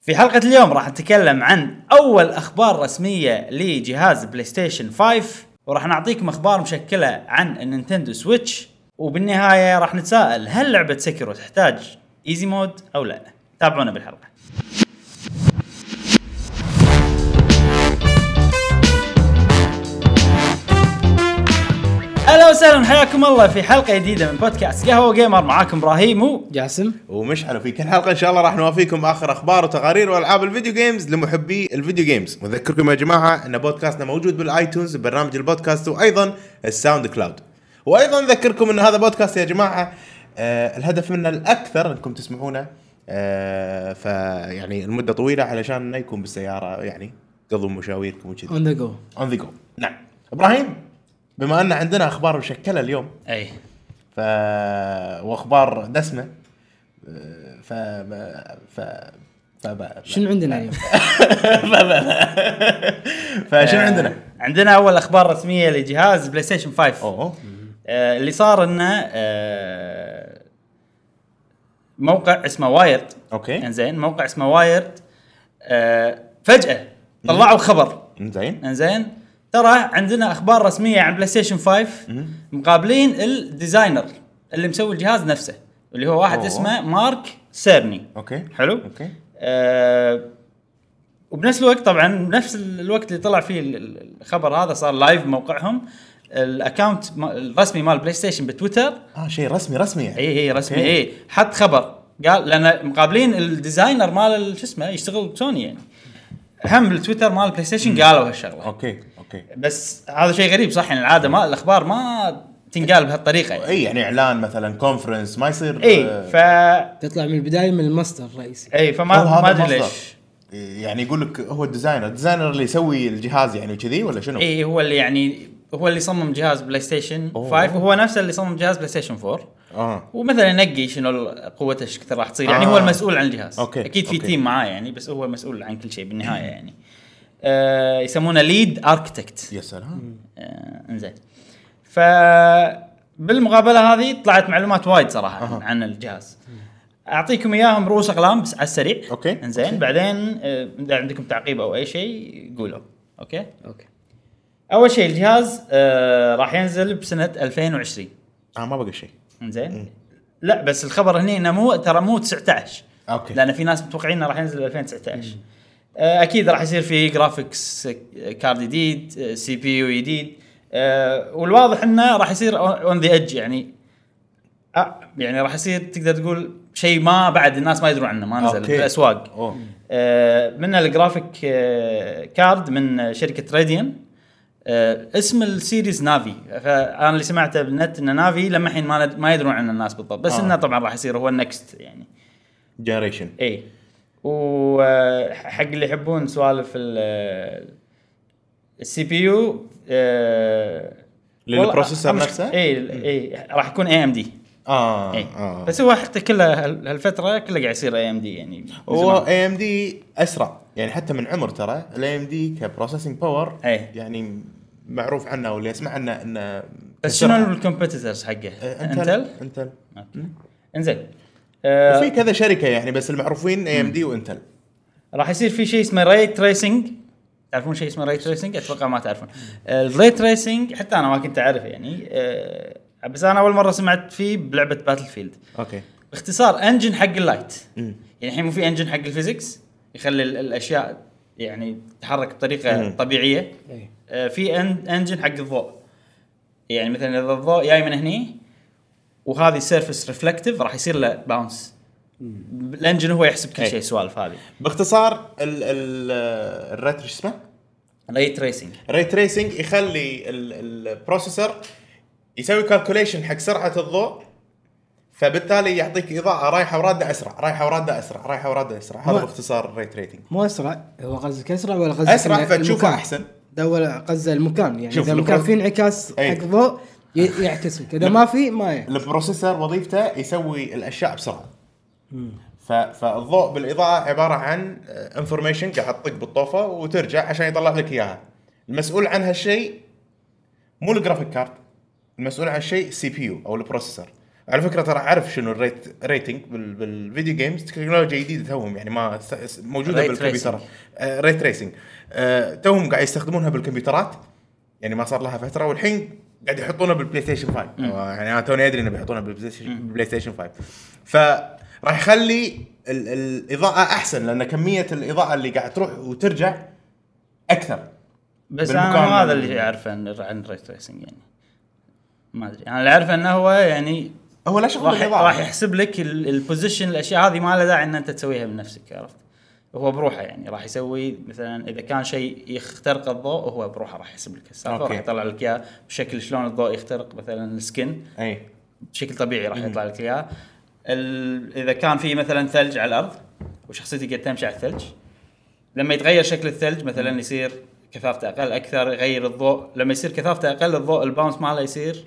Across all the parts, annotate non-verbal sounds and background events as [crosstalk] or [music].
في حلقة اليوم راح نتكلم عن أول أخبار رسمية لجهاز بلاي ستيشن 5 وراح نعطيكم أخبار مشكلة عن النينتندو سويتش وبالنهاية راح نتساءل هل لعبة سكرو تحتاج ايزي مود أو لا تابعونا بالحلقة اهلا وسهلا حياكم الله في حلقه جديده من بودكاست قهوه جيمر معاكم ابراهيم و جاسم ومشعل وفي كل حلقه ان شاء الله راح نوافيكم اخر اخبار وتقارير والعاب الفيديو جيمز لمحبي الفيديو جيمز ونذكركم يا جماعه ان بودكاستنا موجود بالايتونز برنامج البودكاست وايضا الساوند كلاود وايضا نذكركم ان هذا بودكاست يا جماعه آه الهدف منه الاكثر انكم تسمعونه آه فيعني المده طويله علشان إنه يكون بالسياره يعني قضوا مشاويركم وكذي اون ذا جو اون ذا جو نعم ابراهيم بما ان عندنا اخبار مشكله اليوم اي ف واخبار دسمه ف ف ف شنو عندنا اليوم؟ فشنو عندنا؟ آه، عندنا اول اخبار رسميه لجهاز بلاي ستيشن 5 اوه آه، اللي صار انه آه، موقع اسمه وايرد اوكي انزين موقع اسمه وايرد آه، فجاه إيه. طلعوا خبر زين انزين ترى عندنا اخبار رسميه عن بلاي ستيشن 5 إيه. مقابلين الديزاينر اللي مسوي الجهاز نفسه اللي هو واحد أوه. اسمه مارك سيرني اوكي حلو اوكي آه وبنفس الوقت طبعا بنفس الوقت اللي طلع فيه ال- ال- الخبر هذا صار لايف موقعهم الاكونت ما- الرسمي مال بلاي ستيشن بتويتر اه شيء رسمي رسمي يعني اي اي رسمي أوكي. اي حط خبر قال لان مقابلين الديزاينر مال ال- شو اسمه يشتغل سوني يعني هم التويتر مال بلاي ستيشن قالوا هالشغله اوكي اوكي بس هذا شيء غريب صح يعني العاده ما الاخبار ما تنقال بهالطريقه يعني. اي يعني اعلان مثلا كونفرنس ما يصير آه، اي ف تطلع من البدايه من المصدر الرئيسي اي هو هذا فما ما ادري المصدر. ليش يعني يقول لك هو الديزاينر الديزاينر اللي يسوي الجهاز يعني وكذي ولا شنو؟ اي هو اللي يعني هو اللي صمم جهاز بلاي ستيشن أوه. 5 وهو نفسه اللي صمم جهاز بلاي ستيشن 4 اه ومثلا ينقي شنو ال- قوته ايش كثر راح تصير يعني آه. هو المسؤول عن الجهاز أوكي، اكيد في أوكي. تيم معاه يعني بس هو مسؤول عن كل شيء بالنهايه يعني آه يسمونه ليد اركتكت يا سلام آه، انزين ف بالمقابله هذه طلعت معلومات وايد صراحه أه. عن الجهاز اعطيكم اياهم رؤوس اقلام بس على السريع أوكي. انزين أوكي. بعدين آه، اذا عندكم تعقيب او اي شيء قولوا اوكي اوكي اول شيء الجهاز آه راح ينزل بسنه 2020 اه ما بقى شيء انزين لا بس الخبر هنا انه مو ترى مو 19 اوكي لان في ناس متوقعين انه راح ينزل 2019 آه، اكيد راح يصير في جرافيكس كارد جديد آه، سي بي يو جديد آه، والواضح انه راح يصير اون ذا ايدج يعني آه، يعني راح يصير تقدر تقول شيء ما بعد الناس ما يدرون عنه ما نزل أوكي. بالاسواق اوه آه، من الجرافيك آه، كارد من آه، شركه راديان آه، اسم السيريز نافي فانا اللي سمعته بالنت انه نافي لما الحين ما ند- ما يدرون عن الناس بالضبط بس آه. انه طبعا راح يصير هو النكست يعني جنريشن اي وحق آه، اللي يحبون سوالف ال آه، السي بي يو آه، للبروسيسور نفسه؟ اي اي راح يكون اي ام دي اه اي اه بس هو حتى كله هال- هالفتره كله قاعد يصير اي ام دي يعني من هو زمان. اي ام دي اسرع يعني حتى من عمر ترى الاي ام دي كبروسيسنج باور إيه. يعني معروف عنه واللي اسمع عنه انه بس كسرعة. شنو الكومبيتيتورز حقه؟ آه، انتل؟ انتل انزين وفي آه كذا شركه يعني بس المعروفين اي ام دي وانتل راح يصير في شيء اسمه ري تريسنج تعرفون شيء اسمه ري تريسنج؟ اتوقع ما تعرفون. الري تريسنج حتى انا ما كنت اعرفه يعني آه بس انا اول مره سمعت فيه بلعبه باتل فيلد. اوكي باختصار انجن حق اللايت مم. يعني الحين مو في انجن حق الفيزكس يخلي ال- الاشياء يعني تتحرك بطريقه مم. طبيعيه اي آه، في أن- انجن حق الضوء يعني مثلا اذا الضوء جاي من هني وهذه سيرفس ريفلكتيف راح يصير له باونس الانجن هو يحسب كل أي. شيء السوالف هذه باختصار ال ال الريت شو اسمه؟ ري تريسنج الري تريسنج يخلي ال- البروسيسور يسوي كالكوليشن حق سرعه الضوء فبالتالي يعطيك اضاءه رايحه ورادة اسرع رايحه ورادة اسرع رايحه ورادة اسرع هذا ما- باختصار الري تريسنج مو اسرع هو قصدك اسرع ولا قصدك اسرع إن فتشوفه المكان؟ احسن ده ولا قصده المكان يعني شوف اذا إيه. المكان البروس- فيه انعكاس أي. حق ضوء ي- يعكس لك اذا ما في ما يعكس البروسيسور وظيفته يسوي الاشياء بسرعه ف... فالضوء بالاضاءه عباره عن انفورميشن قاعد تطق بالطوفه وترجع عشان يطلع لك اياها المسؤول عن هالشيء مو الجرافيك كارد المسؤول عن هالشيء السي بي يو او البروسيسور على فكره ترى اعرف شنو الريت ريتنج بال... بالفيديو جيمز تكنولوجيا جديده توهم يعني ما س- س- آه، موجوده Ray بالكمبيوترات ريت ريسنج آه، توهم قاعد يستخدمونها بالكمبيوترات يعني ما صار لها فتره والحين قاعد يحطونها بالبلاي ستيشن 5 يعني انا توني ادري انه بيحطونها بالبلاي ستيشن بالبلاي ستيشن 5 فراح يخلي ال... الاضاءه احسن لان كميه الاضاءه اللي قاعد تروح وترجع اكثر بس بالمقارنة انا ما هذا بال- اللي اعرفه عن- عن ري تريسنج يعني ما ادري انا اللي اعرفه انه هو يعني هو لا شغل راح بالاضاءه راح يحسب لك ال- البوزيشن الاشياء هذه ما لها داعي ان انت تسويها بنفسك عرفت هو بروحه يعني راح يسوي مثلا اذا كان شيء يخترق الضوء هو بروحه راح يحسب لك السالفه أوكي. راح يطلع لك اياه بشكل شلون الضوء يخترق مثلا السكن اي بشكل طبيعي راح يطلع لك اياه ال- اذا كان في مثلا ثلج على الارض وشخصيتك قاعد تمشي على الثلج لما يتغير شكل الثلج مثلا يصير كثافته اقل اكثر يغير الضوء لما يصير كثافته اقل الضوء الباونس ماله يصير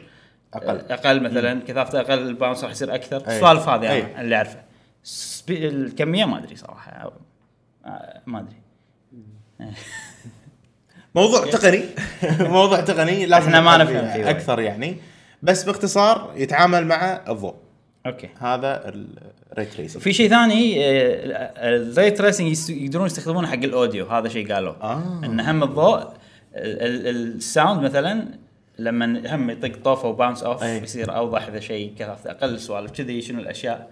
أقل. اقل مثلا كثافته اقل الباونس راح يصير اكثر أي. السوالف هذه أي. انا اللي اعرفه سبي- الكميه ما ادري صراحه آه، ما ادري موضوع تقني [laughs] موضوع تقني لازم إحنا ما نتكلم نفهم فيه فيه وايد. اكثر يعني بس باختصار يتعامل مع الضوء اوكي هذا الريت ريسنج في شيء ثاني آه، الري تريسنج يقدرون يستخدمونه حق الاوديو هذا شيء قالوه آه. ان هم الضوء ال- ال- الساوند مثلا لما هم يطق طوفه وباونس اوف أي. يصير اوضح اذا شيء كثافته اقل سوالف كذي شنو الاشياء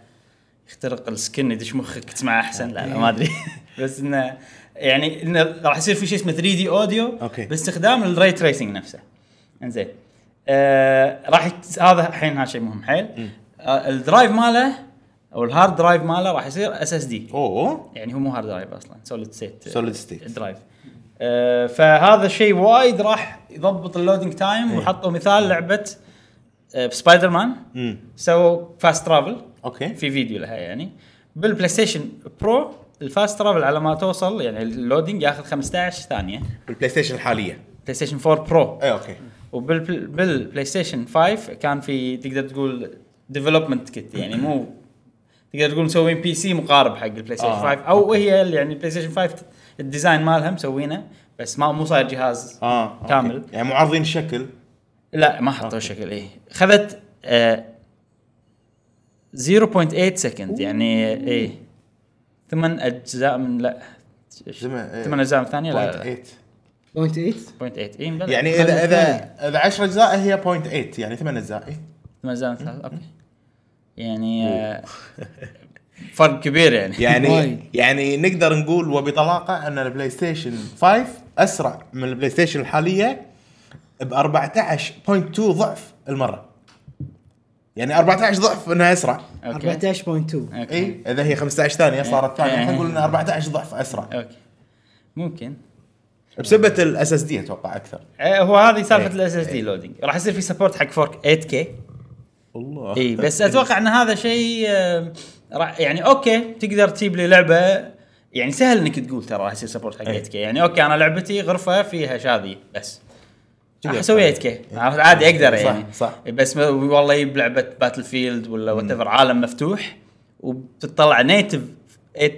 يخترق السكن يدش مخك تسمع احسن لا, لا ما ادري [laughs] بس انه يعني انه راح يصير في شيء اسمه 3 دي اوديو أوكي. باستخدام الري تريسنج نفسه انزين آه راح يت... هذا الحين هذا شيء مهم حيل آه الدرايف ماله او الهارد درايف ماله راح يصير اس اس دي اوه يعني هو مو هارد درايف اصلا سوليد ستيت Solid state. درايف آه فهذا الشيء وايد راح يضبط اللودنج تايم إيه. وحطوا مثال لعبه آه سبايدر مان امم سووا فاست ترافل اوكي في فيديو لها يعني بالبلاي ستيشن برو الفاست ترافل على ما توصل يعني اللودنج ياخذ 15 ثانيه بالبلاي ستيشن الحاليه بلاي ستيشن 4 برو اي اوكي وبالبلاي ستيشن 5 كان في تقدر تقول ديفلوبمنت كيت يعني مو تقدر تقول مسوين بي سي مقارب حق البلاي ستيشن آه، 5 او هي اللي يعني البلاي ستيشن 5 الديزاين مالها مسوينه بس ما مو صاير جهاز اه أوكي. كامل يعني مو عارضين الشكل لا ما حطوا شكل ايه خذت آه 0.8 سكند يعني ايه ثمان اجزاء من لا زمان- إيه. ثمان اجزاء من الثانيه لا, إيه، لا 0.8 بوينت 8 0.8 اي بلى. يعني خلنا اذا الثانية. اذا اذا 10 اجزاء هي 0.8 يعني 8 اجزاء إيه. ثمان اجزاء من ثلاث اوكي يعني آه، [laughs] فرق كبير يعني يعني وايد. يعني نقدر نقول وبطلاقه ان البلاي ستيشن 5 اسرع من البلاي ستيشن الحاليه ب 14.2 ضعف المره يعني 14 ضعف انها اسرع اوكي 14.2 اوكي اي اذا هي 15 ثانيه صارت ثانيه إيه. الحين نقول انها 14 ضعف اسرع اوكي ممكن بسبه الاس اس دي اتوقع اكثر آه، هو هذه سالفه إيه. الاس اس دي لودنج راح يصير في سبورت حق فورك 8 كي الله اي إيه، [laughs] بس اتوقع ان هذا شيء آه، راح- يعني اوكي تقدر تجيب لي لعبه يعني سهل انك تقول ترى راح يصير سبورت حق 8 كي يعني اوكي انا لعبتي غرفه فيها شاذي بس راح اسوي 8 كي عادي اقدر إيه، صح، يعني صح. بس ما- والله يجيب لعبه باتل فيلد ولا وات عالم مفتوح وبتطلع نيتف 8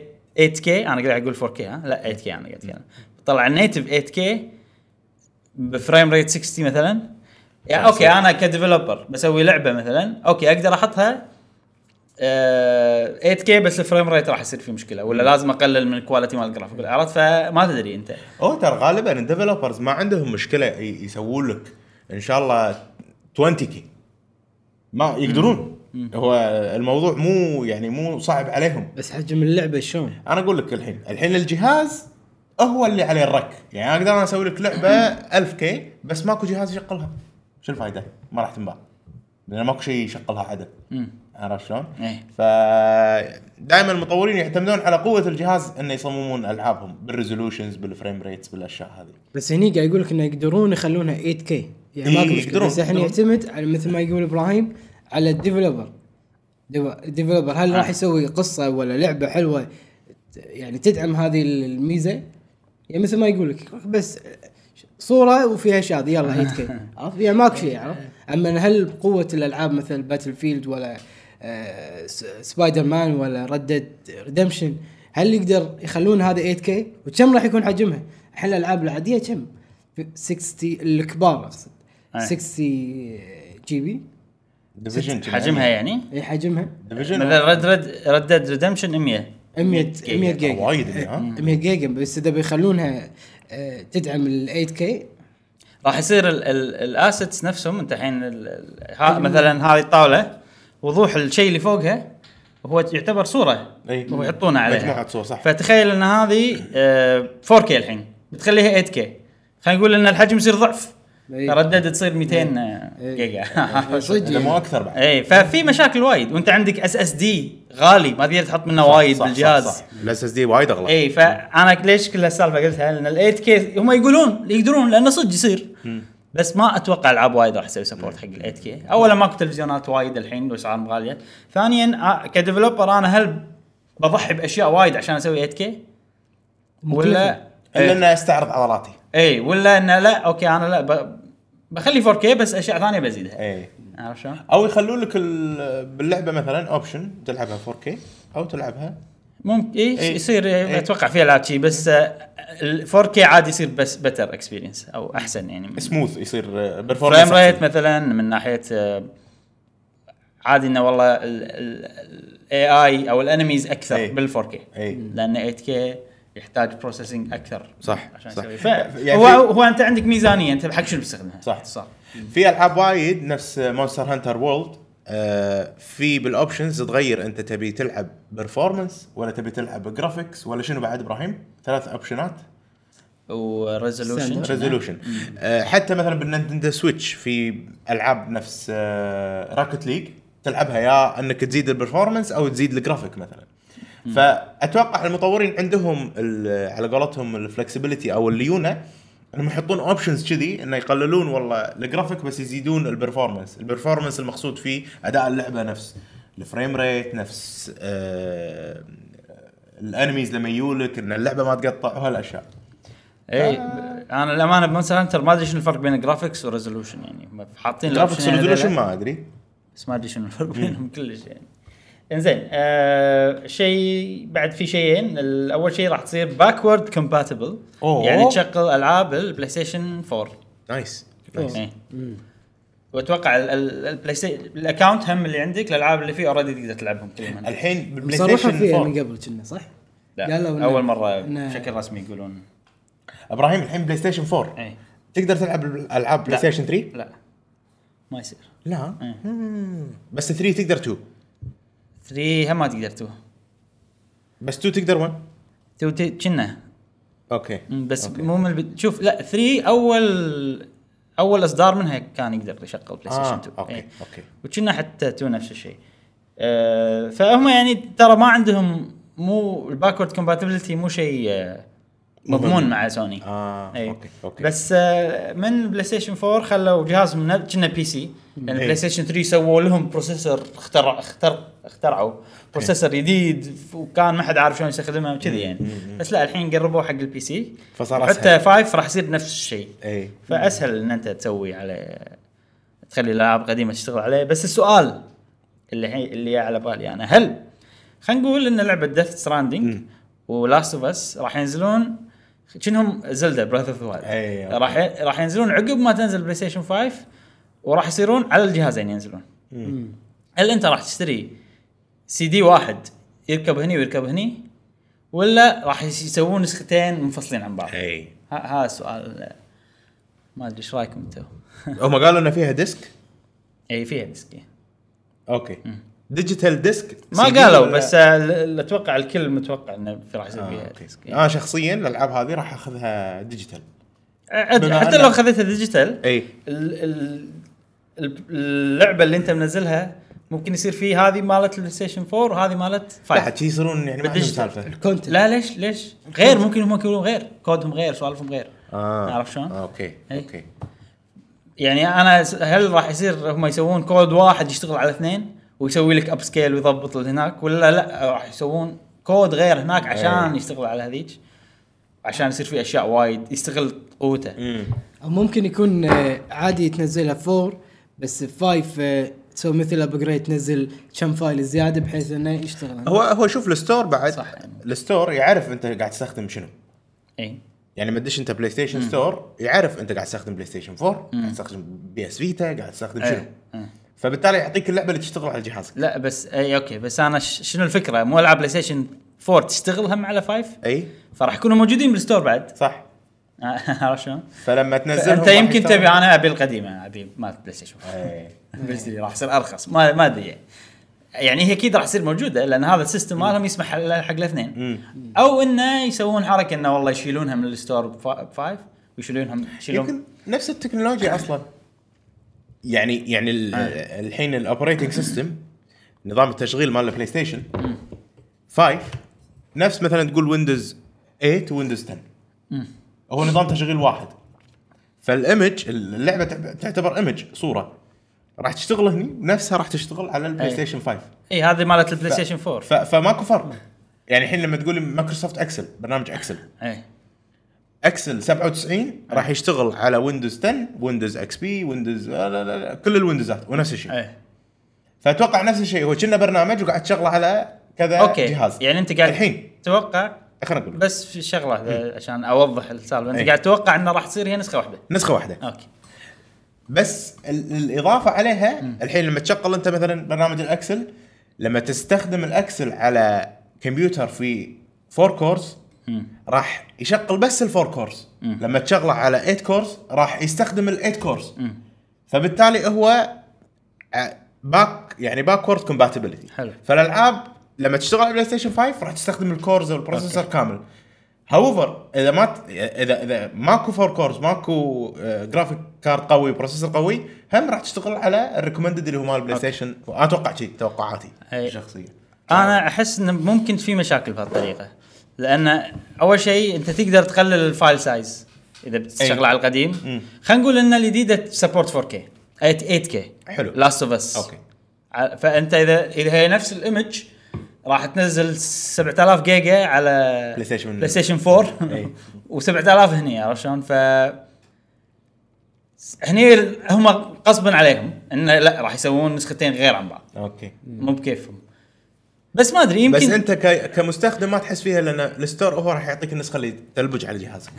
كي انا قاعد اقول 4 كي ها لا 8 كي انا قاعد اتكلم بتطلع نيتف 8 كي بفريم ريت 60 مثلا يعني اوكي انا كديفلوبر بسوي لعبه مثلا اوكي اقدر احطها آه، 8 كي بس الفريم ريت راح يصير فيه مشكله ولا لازم اقلل من الكواليتي مال الجرافيك عرفت فما تدري انت او ترى غالبا الديفلوبرز ما عندهم مشكله ي- يسوون لك ان شاء الله 20 كي ما يقدرون هو الموضوع مو يعني مو صعب عليهم بس حجم اللعبه شلون؟ انا اقول لك الحين الحين الجهاز هو اللي عليه الرك يعني اقدر انا اسوي لك لعبه 1000 كي بس ماكو جهاز يشغلها شو الفائده؟ ما راح تنباع لان ماكو شيء يشغلها عدد مم. عرفت شلون؟ إيه. ف دائما المطورين يعتمدون على قوه الجهاز انه يصممون العابهم بالريزولوشنز بالفريم ريتس بالاشياء هذه بس هني قاعد يقول لك انه يقدرون يخلونها 8 كي يعني إيه، ماكو مشكله يقدرون، بس الحين يقدرون. يعتمد على مثل ما يقول ابراهيم على الديفلوبر الديفلوبر هل راح يسوي قصه ولا لعبه حلوه ت- يعني تدعم هذه ال- الميزه يعني مثل ما يقول لك بس صوره وفيها شاذ يلا 8 كي عرفت يعني ماكو شيء عرفت اما هل قوه الالعاب مثل باتل فيلد ولا آه، س- سبايدر مان ولا ردد ريدمشن هل يقدر يخلون هذا 8 كي وكم راح يكون حجمها؟ الحين الالعاب العاديه كم؟ 60 الكبار اقصد أي. 60 جي بي ديفيجن حجمها يعني اي حجمها ديفيجن مثلا ريد ريد ريد ديد ريدمشن 100 100 جيجا. 100 جيجا وايد يعني. يعني، اللي، ها 100 جيجا بس اذا بيخلونها آه، تدعم ال 8 كي راح يصير ال- ال- الاسيتس نفسهم انت الحين ال- ال- ها مثلا هذه الطاوله وضوح الشيء اللي فوقها هو يعتبر صوره أي. هو يحطونه عليها مجموعة صور، صح. فتخيل ان هذه آه، 4K الحين بتخليها 8K خلينا نقول ان الحجم يصير ضعف أي. تردد تصير 200 أي. جيجا [laughs] آه، صدق مو يعني. اكثر بعد اي ففي مشاكل وايد وانت عندك اس اس دي غالي ما تقدر تحط منه وايد صح، صح، بالجهاز إيه، صح. الاس اس دي وايد اغلى اي فانا ليش كل السالفه قلتها لان ال 8 كي هم يقولون يقدرون لانه صدق يصير بس ما اتوقع العاب وايد راح تسوي سبورت حق ال 8 كي اولا ماكو تلفزيونات وايد الحين واسعارهم غاليه ثانيا آه، كديفلوبر انا هل بضحي باشياء وايد عشان اسوي 8 كي ولا الا اني استعرض عضلاتي اي ولا انه لا اوكي انا لا ب... بخلي 4 كي بس اشياء ثانيه بزيدها اي عرفت شلون؟ او يخلون لك ال- باللعبه مثلا اوبشن تلعبها 4K او تلعبها ممكن إيه إيه. يصير إيه. إيه اتوقع في العاب شي بس آه، ال 4K عادي يصير بس بتر اكسبيرينس او احسن يعني سموث يصير فريم برفورمانس ريت مثلا من ناحيه آه، عادي انه والله الاي اي او الانميز اكثر إيه. بال 4K إيه. لان 8K يحتاج بروسيسنج اكثر صح، عشان صح. يسوي ف... يعني هو, في- هو انت عندك ميزانيه انت حق شنو بتستخدمها صح. صح في العاب وايد نفس مونستر هانتر وورلد آه، في بالاوبشنز تغير انت تبي تلعب برفورمانس ولا تبي تلعب جرافيكس ولا شنو بعد ابراهيم ثلاث اوبشنات وريزولوشن ريزولوشن آه، حتى مثلا بالنينتندو سويتش في العاب نفس راكت ليج تلعبها يا انك تزيد البرفورمانس او تزيد الجرافيك مثلا فاتوقع المطورين عندهم ال- على قولتهم الفلكسبيتي او الليونه انهم يحطون اوبشنز كذي انه يقللون والله الجرافيك بس يزيدون البرفورمانس، البرفورمانس المقصود فيه اداء اللعبه نفس الفريم ريت نفس آه، الانميز لما يجولك ان اللعبه ما تقطع وهالاشياء. اي ب- انا الامانه بمونستر هانتر ما ادري شنو الفرق بين الجرافكس والريزولوشن يعني حاطين جرافيكس الأوبشنين هذيلا. ريزولوشن ما ادري بس ما ادري شنو الفرق بينهم كلش يعني انزين آه شيء بعد في شيئين الاول شيء راح تصير باكورد كومباتبل أوه. يعني تشغل العاب البلاي ستيشن 4 نايس إيه. واتوقع ال- ال- البلاي ستيشن الاكونت هم اللي عندك الالعاب اللي فيه اوريدي تقدر تلعبهم كلهم الحين بالبلاي صرحوا يعني ستيشن فيها من 4 قبل كنا صح؟ قالوا إن- لا اول مره إن- بشكل رسمي يقولون ابراهيم الحين بلاي ستيشن 4 اي تقدر تلعب العاب بلاي إيه. لا. ستيشن 3 لا ما يصير لا إيه. مم. بس 3 تقدر 2 3 هم ما تقدر تو بس 2 تقدر 1 تو ت- كنا اوكي مم، بس أوكي. مو من الب... شوف لا 3 اول اول اصدار منها كان يقدر يشغل بلاي ستيشن آه، 2 أوكي، إيه. أوكي. وكنا حتى 2 نفس الشيء آه فهم يعني ترى ما عندهم مو الباكورد كومباتبلتي مو شيء آه، مضمون مع سوني آه، إيه. أوكي، أوكي. بس آه من بلاي ستيشن 4 خلوا جهازهم من كنا بي سي لان إيه. بلاي ستيشن 3 سووا لهم بروسيسور اخترع اختر اخترعوا إيه. بروسيسور جديد وكان ما حد عارف شلون يستخدمه وكذي يعني بس لا الحين قربوه حق البي سي إيه، فصار حتى أسهل. 5 راح يصير نفس الشيء اي فاسهل ان انت تسوي على تخلي الالعاب قديمه تشتغل عليه بس السؤال اللي حي... اللي على بالي انا هل خلينا نقول ان لعبه ديث ستراندنج ولاست اوف اس راح ينزلون شنهم زلدا براذ اوف أي، وايلد أوكي. راح ي- راح ينزلون عقب ما تنزل بلاي ستيشن 5 وراح يصيرون على الجهازين ينزلون هل انت راح تشتري سي دي واحد يركب هني ويركب هني ولا راح يس- يسوون نسختين منفصلين عن بعض؟ اي ه- هذا سؤال ما ادري ايش رايكم انتم؟ هم قالوا انه فيها ديسك اي فيها ديسكي اوكي ديجيتال ديسك ما قالوا بس آه، ال- ال- اتوقع الكل متوقع انه في راح يصير آه، فيها ديسكي. انا شخصيا الالعاب هذه راح اخذها ديجيتال آه، أد- بما إيه. حتى أن- لو خذيتها ديجيتال اي ال- ال- ال- اللعبه اللي انت منزلها ممكن يصير فيه هذه مالت البلاي ستيشن 4 وهذه مالت لا 5 حتى يصيرون يعني ما عندهم بالديجيتال. سالفه الكونتنت لا ليش ليش؟ غير ممكن هم يكونون غير كودهم غير سوالفهم غير اه عارف شلون؟ إيه. آه، اوكي إي. اوكي يعني انا س- هل راح يصير هم يسوون كود واحد يشتغل على اثنين ويسوي لك اب سكيل ويضبط اللي هناك ولا لا راح يسوون كود غير هناك عشان إيه. يشتغل على هذيك عشان يصير في اشياء وايد يستغل قوته امم او ممكن يكون آه، عادي تنزلها فور بس فايف آه، تسوي مثل ابجريد تنزل كم فايل زياده بحيث انه يشتغل هو هو شوف الستور بعد صح. الستور يعرف انت قاعد تستخدم شنو اي يعني ما تدش انت بلاي ستيشن ستور يعرف انت قاعد تستخدم بلاي ستيشن 4 قاعد تستخدم بي اس فيتا قاعد تستخدم طيب، شنو إيه. إيه. فبالتالي يعطيك اللعبه اللي تشتغل على جهازك لا بس اي اوكي بس انا ش- شنو الفكره مو العاب بلاي ستيشن 4 تشتغل هم على 5 اي فراح يكونوا موجودين بالستور بعد [laughs] صح عرفت شلون؟ فلما تنزلهم انت راح يمكن يشتغل. تبي انا ابي القديمه ابي مالت بلاي ستيشن إي. بس إيه، اللي راح يصير ارخص إيه. ما ما ادري يعني هي اكيد راح تصير موجوده لان هذا السيستم مالهم يسمح حل- حق الاثنين او انه يسوون حركه انه والله يشيلونها من الستور بفا- بفايف ويشيلونها يشيلون يمكن نفس التكنولوجيا اصلا يعني يعني ال- الحين الاوبريتنج سيستم نظام التشغيل مال البلاي ستيشن 5 نفس مثلا تقول ويندوز 8 ويندوز 10 هو نظام تشغيل واحد فالايمج اللعبه تعب- تعتبر ايمج صوره راح تشتغل هني نفسها راح تشتغل على البلاي أي. ستيشن 5 اي إيه، هذه مالت البلاي ستيشن 4 ف- فماكو فرق يعني الحين لما تقول لي مايكروسوفت اكسل برنامج اكسل اي اكسل 97 راح يشتغل على ويندوز 10 ويندوز اكس بي ويندوز لا لا لا كل الويندوزات ونفس الشيء اي فاتوقع نفس الشيء هو كنا برنامج وقاعد تشغله على كذا اوكي آه، جهاز يعني انت قاعد الحين تتوقع خلينا نقول بس في شغله ذا- عشان اوضح السالفه انت أي. قاعد تتوقع انه راح تصير هي نسخه واحده نسخه واحده اوكي بس ال- الاضافه عليها الحين لما تشغل انت مثلا برنامج الاكسل لما تستخدم الاكسل على كمبيوتر في 4 كورز راح يشغل بس الفور كورز لما تشغله على 8 كورز راح يستخدم ال 8 كورز فبالتالي هو باك يعني باكورد كومباتيبلتي حلو. فالالعاب لما تشتغل على بلاي ستيشن 5 راح تستخدم الكورز والبروسيسور كامل هاوفر اذا ما ت- اذا اذا ماكو فور كورز ماكو آه، جرافيك كارد قوي بروسيسور قوي هم راح تشتغل على الريكومندد اللي هو مال بلاي ستيشن اتوقع شيء توقعاتي أي. آه، شخصيه انا احس انه ممكن في مشاكل بهالطريقه لان اول شيء انت تقدر تقلل الفايل سايز اذا بتشتغل أي. على القديم خلينا نقول ان الجديده سبورت 4K 8 8K حلو. لاست اوف اس اوكي فانت اذا اذا هي نفس الايمج راح تنزل 7000 جيجا على بلاي ستيشن. بلاي ستيشن 4 [laughs] أي. و7000 هني عرفت شلون ف هني ال- هم غصبا عليهم انه لا راح يسوون نسختين غير عن بعض اوكي مو بكيفهم بس ما ادري يمكن بس انت ك- كمستخدم ما تحس فيها لان الستور هو راح يعطيك النسخه اللي تلبج على جهازك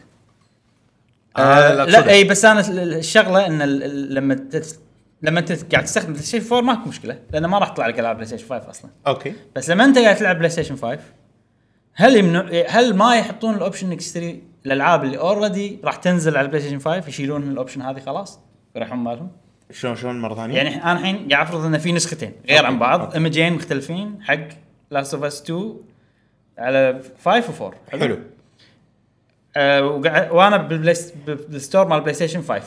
آه هذا اللي لا أقصده. اي بس انا ال- ال- الشغله ان ال- ال- لما تت... لما انت قاعد تستخدم بلاي ستيشن 4 ماكو مشكله لانه ما راح تطلع لك العاب بلاي ستيشن 5 اصلا اوكي بس لما انت قاعد تلعب بلاي ستيشن 5 هل يمنع هل ما يحطون الاوبشن انك تشتري الالعاب اللي اوريدي راح تنزل على البلاي ستيشن 5 يشيلون الاوبشن هذه خلاص يريحون بالهم شلون شلون مره ثانيه؟ يعني انا الحين قاعد افرض ان في نسختين غير عن بعض أوكي. ايمجين مختلفين حق لاست اوف اس 2 على 5 و 4 حلو آه، وقع- وانا بالبلاي س- بالستور مال بلاي ستيشن 5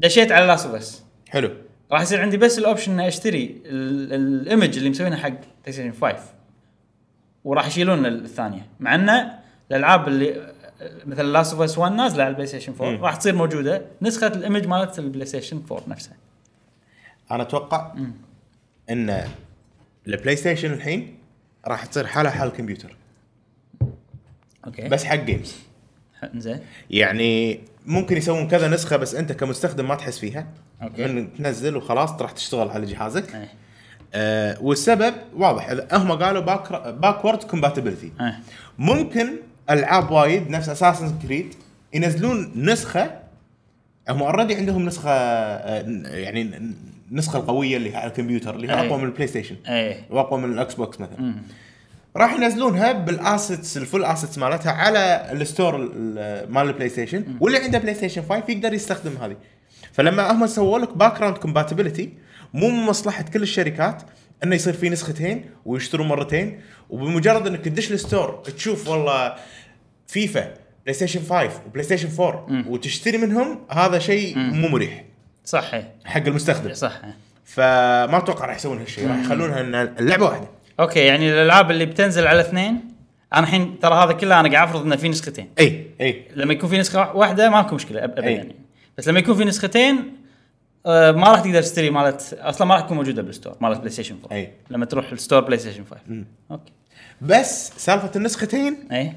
دشيت على لاست اوف اس حلو راح يصير عندي بس الاوبشن اني اشتري ال- ال- الايمج اللي مسوينها حق بلاي ستيشن 5 وراح يشيلون الثانيه مع انه الالعاب اللي مثل لاست اوف اس 1 نازله على البلاي ستيشن 4 مم. راح تصير موجوده نسخه الايمج مالت البلاي ستيشن 4 نفسها انا اتوقع ان البلاي ستيشن الحين راح تصير حالها حال الكمبيوتر اوكي بس بس حق جيمز زين يعني ممكن يسوون كذا نسخه بس انت كمستخدم ما تحس فيها أوكي. من تنزل وخلاص راح تشتغل على جهازك إيه. آه والسبب واضح هم قالوا باك باكورد كومباتيبلتي إيه. ممكن العاب وايد نفس اساسن كريد ينزلون نسخه هم اوريدي عندهم نسخه آه، يعني النسخه القويه اللي على الكمبيوتر اللي هي أي. اقوى من البلاي ستيشن ايه واقوى من الاكس بوكس مثلا راح ينزلونها بالاسيتس الفول اسيتس مالتها على الستور ال- مال البلاي ستيشن واللي عنده بلاي ستيشن 5 يقدر يستخدم هذه فلما هم سووا لك باك جراوند كومباتيبلتي مو من مصلحه كل الشركات انه يصير في نسختين ويشتروا مرتين وبمجرد انك تدش الستور تشوف والله فيفا بلاي ستيشن 5 وبلاي ستيشن 4 وتشتري منهم هذا شيء مو مريح صح إيه. حق المستخدم صح إيه. فما اتوقع راح يسوون هالشيء راح يخلونها ان اللعبه واحده اوكي يعني الالعاب اللي بتنزل على اثنين انا الحين ترى هذا كله انا قاعد افرض انه في نسختين اي إيه. اي لما يكون في نسخه واحده ماكو مشكله أب- ابدا أي. يعني بس لما يكون في نسختين آه، ما راح تقدر تشتري مالت اصلا ما راح تكون موجوده بالستور مالت بلاي ستيشن 4 أي. لما تروح الستور بلاي ستيشن 5 اوكي بس سالفه النسختين [coughs] اي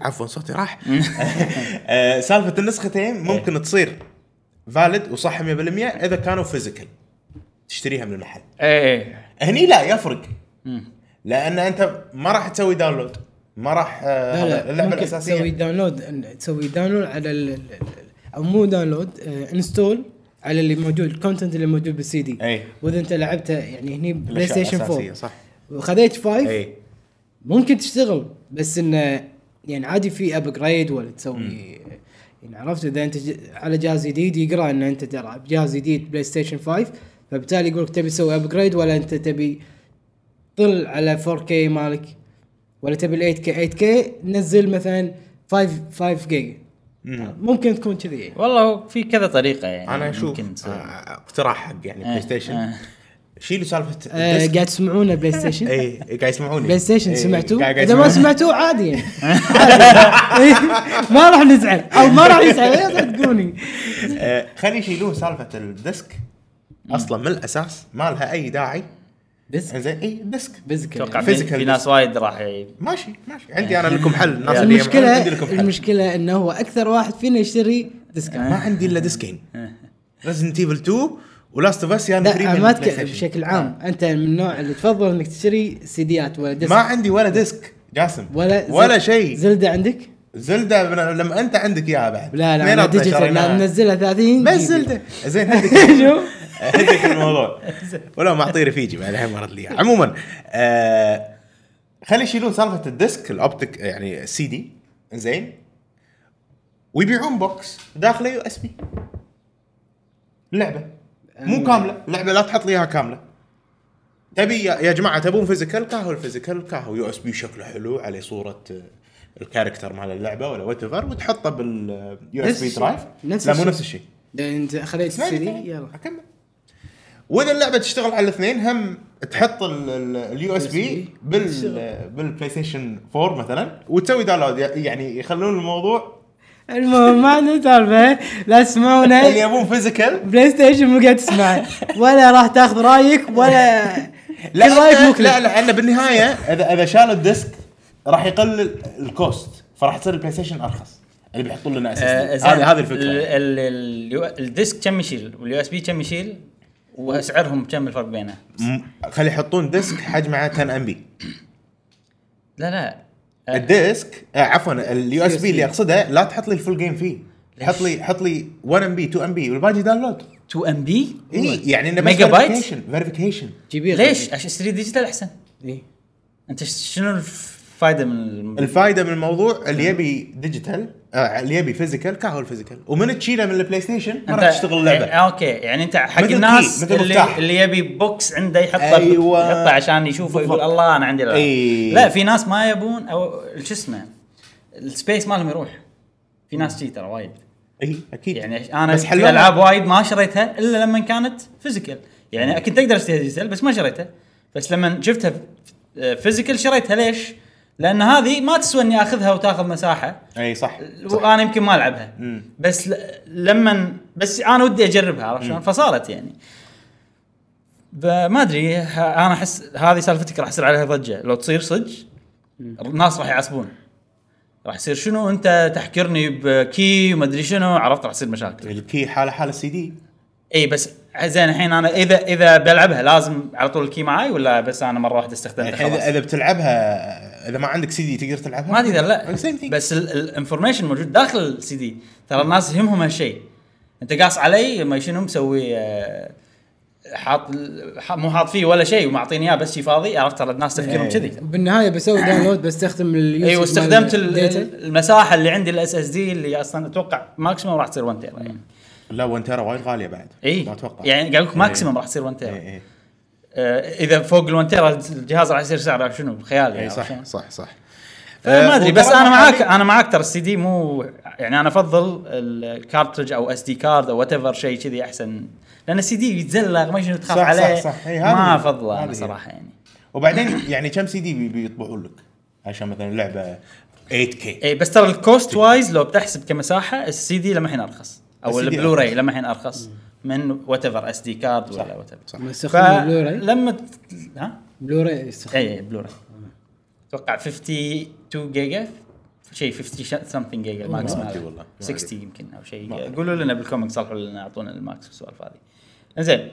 عفوا [laughs] صوتي راح إيه. آه، سالفه النسختين ممكن تصير فالid وصح 100% اذا كانوا فيزيكال تشتريها من المحل اي هني لا يفرق لان انت ما راح تسوي داونلود ما راح آه، لا هذا لا اللعبه ممكن تسوي الاساسيه داونلود تسوي داونلود على ال- ال- ال- او مو داونلود انستول آه، على اللي موجود الكونتنت اللي موجود بالسي دي أي. واذا انت لعبتها يعني هني بلاي الأشياء ستيشن 4 الأساسية، صح إيه. وخذيت 5 اي ممكن تشتغل بس انه يعني عادي في ابجريد ولا تسوي يعني عرفت اذا انت ج... على جهاز جديد يقرا ان انت ترى بجهاز جديد بلاي ستيشن 5 فبالتالي يقول لك تبي تسوي ابجريد ولا انت تبي طل على 4K مالك ولا تبي ال 8K 8K نزل مثلا 5 5 جيجا ممكن تكون كذي يعني. والله هو في كذا طريقه يعني انا اشوف ممكن تسوي. آه، اقتراح حق يعني إيه، بلاي ستيشن إيه. شيلوا سالفه آه، الديسك. قاعد تسمعونا بلاي [laughs] ستيشن اي قاعد يسمعوني بلاي ستيشن إي، سمعتوه؟ إيه، قاعد- قاعد اذا ما يسمعوني. سمعتوه عادي [laughs] يعني عادي. إيه، ما راح نزعل او ما راح يزعل إيه، صدقوني آه، خلي يشيلوه سالفه الديسك اصلا من الاساس ما لها اي داعي بس زين اي الديسك اتوقع بزكر في, physical في ناس وايد راح ي- ماشي ماشي عندي [laughs] انا لكم حل يعني الناس اللي يجمعون، المشكله عندي يعني لكم حل المشكله انه هو اكثر واحد فينا يشتري ديسكات ما عندي الا [laughs] ديسكين ريزنت ايفل 2 ولاست اوف اس يا أنا لا أه، فري من ما البلاي تك... ستيشن. بشكل عام انت من النوع اللي تفضل انك تشتري سيديات ولا أه. ما ديسك عندي ولا ديسك جاسم ولا زل- ولا شيء زلده عندك؟ زلدة من- لما انت عندك اياها بعد لا لا اثنين أنا أو اثنين ديجيتال شريناها. أنا منزلها 30 بس جيجا. زلدة زين هدك [laughs] شو؟ هدك [laughs] الموضوع ولا معطي رفيجي بعد الحين مرت لي إياها. عموما آه خلي يشيلون سالفه الديسك الاوبتيك يعني السي دي زين ويبيعون بوكس داخله يو اس بي لعبه مو كامله لعبه لا تحط لي اياها كامله تبي يا يا جماعه تبون فيزيكال كاهو الفيزيكال كاهو يو اس بي شكله حلو عليه صوره آه، الكاركتر مال اللعبه ولا وات وتحطه باليو اس نفس بي الشيء. درايف نفس لا مو الشيء. نفس الشيء ده انت خليت السي دي يلا اكمل واذا اللعبه تشتغل على الاثنين هم تحط اليو اس بي USB بال بالبلاي ستيشن 4 مثلا وتسوي داونلود يعني يخلون الموضوع المهم ما عندنا سالفه لا اللي تسمعونا يبون فيزيكال بلاي ستيشن مو قاعد تسمع ولا راح تاخذ رايك ولا كل رايك مكلف لا لان بالنهايه اذا اذا شالوا الديسك راح يقل ال- الكوست فراح تصير البلاي ستيشن ارخص اللي بيحطون لنا اس آه، اس زين. هذه هذه ال- ال- الفكره ال- اليو- الديسك كم يشيل واليو اس بي كم يشيل واسعارهم كم الفرق بينها م- خلي يحطون ديسك حجمه 10 ام بي لا لا الديسك آه عفوا اليو اس USB. بي اللي اقصده لا تحط لي الفول جيم فيه ليش؟ حط لي حط لي 1 ام بي 2 ام بي والباقي داونلود 2 ام بي اي يعني انه ميجا بايت؟ فيريفيكيشن جيبيه ليش عشان اشتري ديجيتال احسن إيه. انت ش- شنو الفائده من الم- الفائده من الموضوع اللي يبي ديجيتال آه اللي يبي فيزيكال كاهو الفيزيكال ومن تشيله من البلاي ستيشن ما راح تشتغل إيه، اللعبه اوكي يعني انت حق مثل الناس key، مثل اللي, مفتاح. اللي يبي بوكس عنده يحطه أيوة. أيوة. يحطه عشان يشوفه يقول بالضبط. الله انا عندي الألعاب. أي. لا في ناس ما يبون او شو اسمه السبيس مالهم يروح في ناس شي ترى وايد اي اكيد يعني انا إيه، بس في حلوها. العاب وايد ما شريتها الا لما كانت فيزيكال يعني اكيد اقدر اشتريها ديجيتال بس ما شريتها بس لما شفتها فيزيكال شريتها ليش؟ لان هذه ما تسوى اني اخذها وتاخذ مساحه اي إيه، صح صح. وانا يمكن ما العبها مم. بس ل... لما بس انا ودي اجربها عرفت شلون فصارت يعني فما ادري ه- انا احس هذه سالفتك راح يصير عليها ضجه لو تصير صدق الناس راح يعصبون راح يصير شنو انت تحكرني بكي وما ادري شنو عرفت راح يصير مشاكل الكي حاله حال السي دي اي بس زين الحين انا اذا اذا بلعبها لازم على طول الكي معاي ولا بس انا مره واحده استخدمتها الحين خلاص اذا يعني إذا بتلعبها اذا ما عندك سي دي تقدر تلعبها ما تقدر لا Same thing. بس الانفورميشن موجود داخل السي دي ترى الناس يهمهم هالشيء انت قاص علي ما شنو مسوي آه، حاط ال- ح- مو حاط فيه ولا شيء ومعطيني اياه بس شي فاضي عرفت ترى الناس تفكيرهم إيه. كذي بالنهايه بسوي داونلود بستخدم ال ايوه استخدمت ال- الداتا ال- المساحه اللي عندي الاس اس دي اللي اصلا اتوقع ماكسيموم راح تصير 1 تيرا يعني لا 1 تيرا وايد غاليه بعد اي ما اتوقع يعني قاعد اقول لك إيه. ماكسيموم راح تصير 1 تيرا إي، إي. آه، اذا فوق ال 1 تيرا الجهاز راح يصير سعره شنو خيالي اي عرفت شلون؟ إيه، صح صح صح ما آه، ادري بس وترى انا معاك محلي- انا معاك ترى السي دي مو يعني انا افضل الكارترج او اس دي كارد او وات ايفر شيء كذي احسن لان السي دي يتزلق ما شنو تخاف صح، عليه صح، صح. إي، هذه- ما افضله هذه انا هي. صراحه يعني وبعدين يعني كم سي دي بي- بيطبعون لك عشان مثلا لعبه 8 كي اي بس ترى الكوست وايز لو بتحسب كمساحه السي دي لما الحين ارخص او السي دي البلوراي لما الحين ارخص من وات ايفر اس دي كارد ولا وات ايفر صح استخدم بلوراي فلما ت... ها بلوراي استخدم اي اي بلوراي اتوقع 52 جيجا شيء 50 سمثينج جيجا الماكس ما أدري ماله. والله، ما أدري. 60 يمكن او ما شيء أدري. قولوا لنا بالكومنت صلحوا لنا اعطونا الماكس والسوالف هذه انزين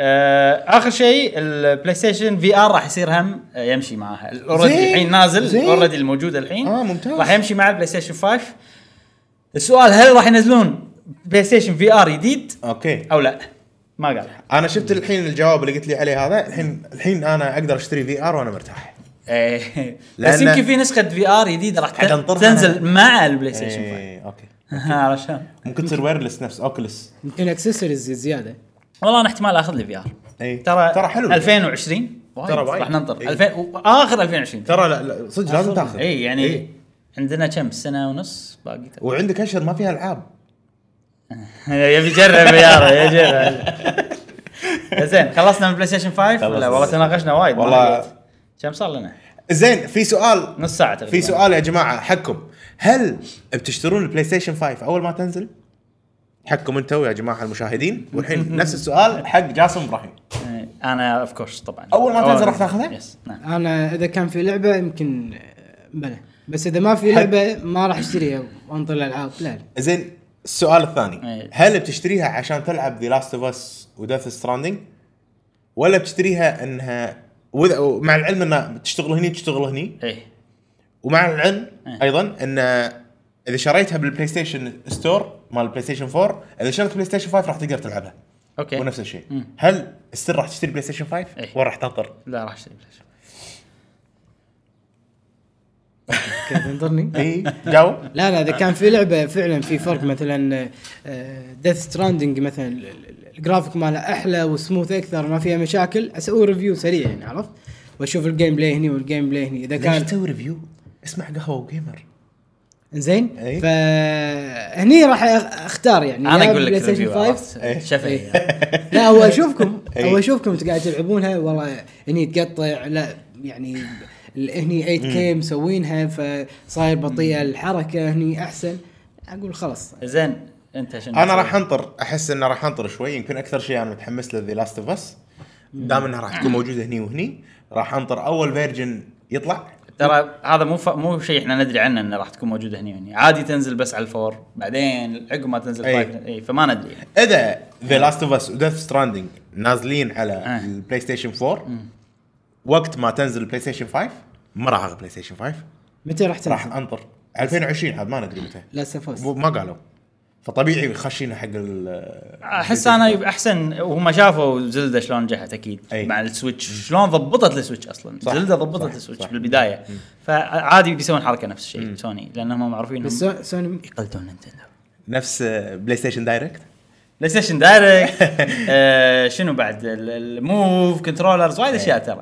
آه اخر شيء البلاي ستيشن في ار راح يصير هم آه، يمشي معاها اوريدي زين، الحين نازل زين. اوريدي الموجود الحين آه، ممتاز. راح يمشي مع البلاي ستيشن 5 السؤال هل راح ينزلون بلاي ستيشن في ار جديد اوكي او لا ما قال انا شفت الحين الجواب اللي قلت لي عليه هذا الحين الحين انا اقدر اشتري في ار وانا مرتاح إيه. بس لأن- يمكن في نسخه في ار جديده راح عاد ت- انطرها تنزل مع البلاي [laughs] ستيشن ايه اوكي 5 علشان ممكن تصير وايرلس نفس اوكلس يمكن اكسسوارز زياده والله انا احتمال اخذ لي في ار اي ترى إيه. ترى حلو 2020 وايد. ترى وايد. راح ننطر إيه. 2000 و- اخر 2020 ترى لا, لا صدق لازم تاخذ اي يعني إيه. عندنا كم سنه ونص باقي وعندك اشهر ما فيها العاب [laughs] يبي يجرب يا يجرب [laughs] زين خلصنا من بلاي ستيشن 5 خلصنا. لا والله تناقشنا وايد ما والله- أدري. كم صار لنا؟ زين في سؤال نص ساعه تقريبا في سؤال يا جماعه حقكم هل بتشترون البلاي ستيشن 5 اول ما تنزل؟ حقكم انتم يا جماعه المشاهدين [laughs] والحين نفس السؤال حق جاسم ابراهيم إيه، انا اوف كورس طبعا أول ما تنزل راح تاخذها؟ يس نعم انا اذا كان في لعبه يمكن آه، بلى بس اذا ما في لعبه ما راح اشتريها وانطر الالعاب لا لا زين السؤال الثاني إيه. هل بتشتريها عشان تلعب ذا لاست اوف اس وديث ستراندنج ولا بتشتريها انها وذ- ومع العلم انها تشتغل هني تشتغل هني ايه ومع العلم إيه. ايضا ان اذا شريتها بالبلاي ستيشن ستور مال البلاي ستيشن 4 اذا شريت بلاي ستيشن 5 راح تقدر تلعبها اوكي ونفس الشيء مم. هل السر راح تشتري بلاي ستيشن 5 إيه. ولا راح تنطر؟ لا راح اشتري بلاي ستيشن كيف انطرني اي إيه. جاوب لا لا اذا كان في لعبه فعلا في فرق آه، مثلا ديث ستراندنج مثلا ال- ال- الجرافيك ماله احلى وسموث اكثر ما فيها مشاكل اسوي ريفيو سريع يعني عرفت واشوف الجيم بلاي هني والجيم بلاي هني اذا ليش كان تسوي ريفيو؟ اسمع قهوه وجيمر زين إي. فهني راح أخ- اختار يعني انا يا اقول لك بلاي ستيشن ريفيو 5 عرفت؟ إيه. شفهي لا هو اشوفكم [laughs] إي. هو اشوفكم انتوا قاعد تلعبونها والله هني تقطع لا يعني ال- هني 8 كي مسوينها فصاير بطيئه الحركه هني احسن اقول خلاص زين انت شنو انا راح انطر احس انه راح انطر شوي يمكن اكثر شيء انا متحمس له ذا لاست اوف اس دام انها راح تكون موجوده هني وهني راح انطر اول فيرجن يطلع ترى هذا مو ف... مو شيء احنا ندري عنه انه راح تكون موجوده هني وهني عادي تنزل بس على الفور بعدين عقب ما تنزل أي. فايف اي فما ندري يعني. اذا ذا لاست اوف اس وديث ستراندنج نازلين على آه. البلاي ستيشن 4 وقت ما تنزل البلاي ستيشن 5 ما راح اخذ بلاي ستيشن 5 متى راح تنزل؟ راح انطر 2020 عاد ما ندري متى لا سفوس مو- ما قالوا فطبيعي خشينا حق ال احس انا احسن وهم شافوا زلده شلون نجحت اكيد أي. مع السويتش شلون ضبطت السويتش اصلا إيه. صح. زلده ضبطت صح. السويتش صح. بالبدايه فعادي بيسوون حركه نفس الشيء سوني لانهم معروفين بس هم سو- سوني يقلدون نينتندو نفس بلاي ستيشن دايركت بلاي ستيشن دايركت [laughs] آه شنو بعد ال- الموف كنترولرز وايد اشياء ترى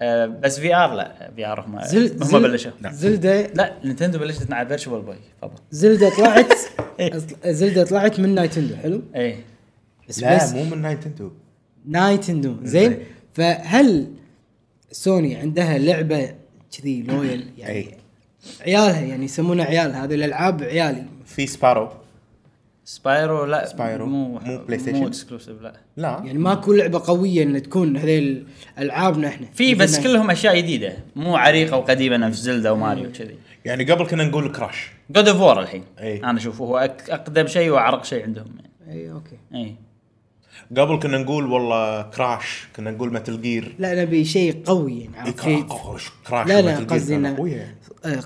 آه بس في ار لا في ار هم زل آه، هم زل- بلشوا نعم. زلده لا نينتندو بلشت مع فيرتشوال بوي تفضل زلده طلعت [laughs] إي. أصل- زلده طلعت من نايتندو حلو ايه بس لا بس مو من نايتندو نايتندو زين فهل سوني عندها لعبه [coughs] كذي لويل أي. إيه. يعني عيالها يعني يسمونها عيال هذه الالعاب عيالي في سبارو سبايرو لا سبايرو. مو مو بلاي مو ستيشن. اكسكلوسيف لا لا يعني ماكو لعبه قويه ان تكون هذيل إيه، العابنا احنا في مثل بس ناي- كلهم اشياء جديده مو عريقه وقديمه نفس زلدا إيه. وماريو كذي يعني قبل كنا نقول كراش جود اوف وور الحين إي. انا اشوفه هو أك- اقدم شيء واعرق شيء عندهم يعني اي اوكي اي قبل كنا نقول والله كراش كنا نقول إيه، متل جير لا نبي شيء قوي يعني عرفت؟ في- كراش لا ومتل لا جير قصدي كانوا إنه قوية.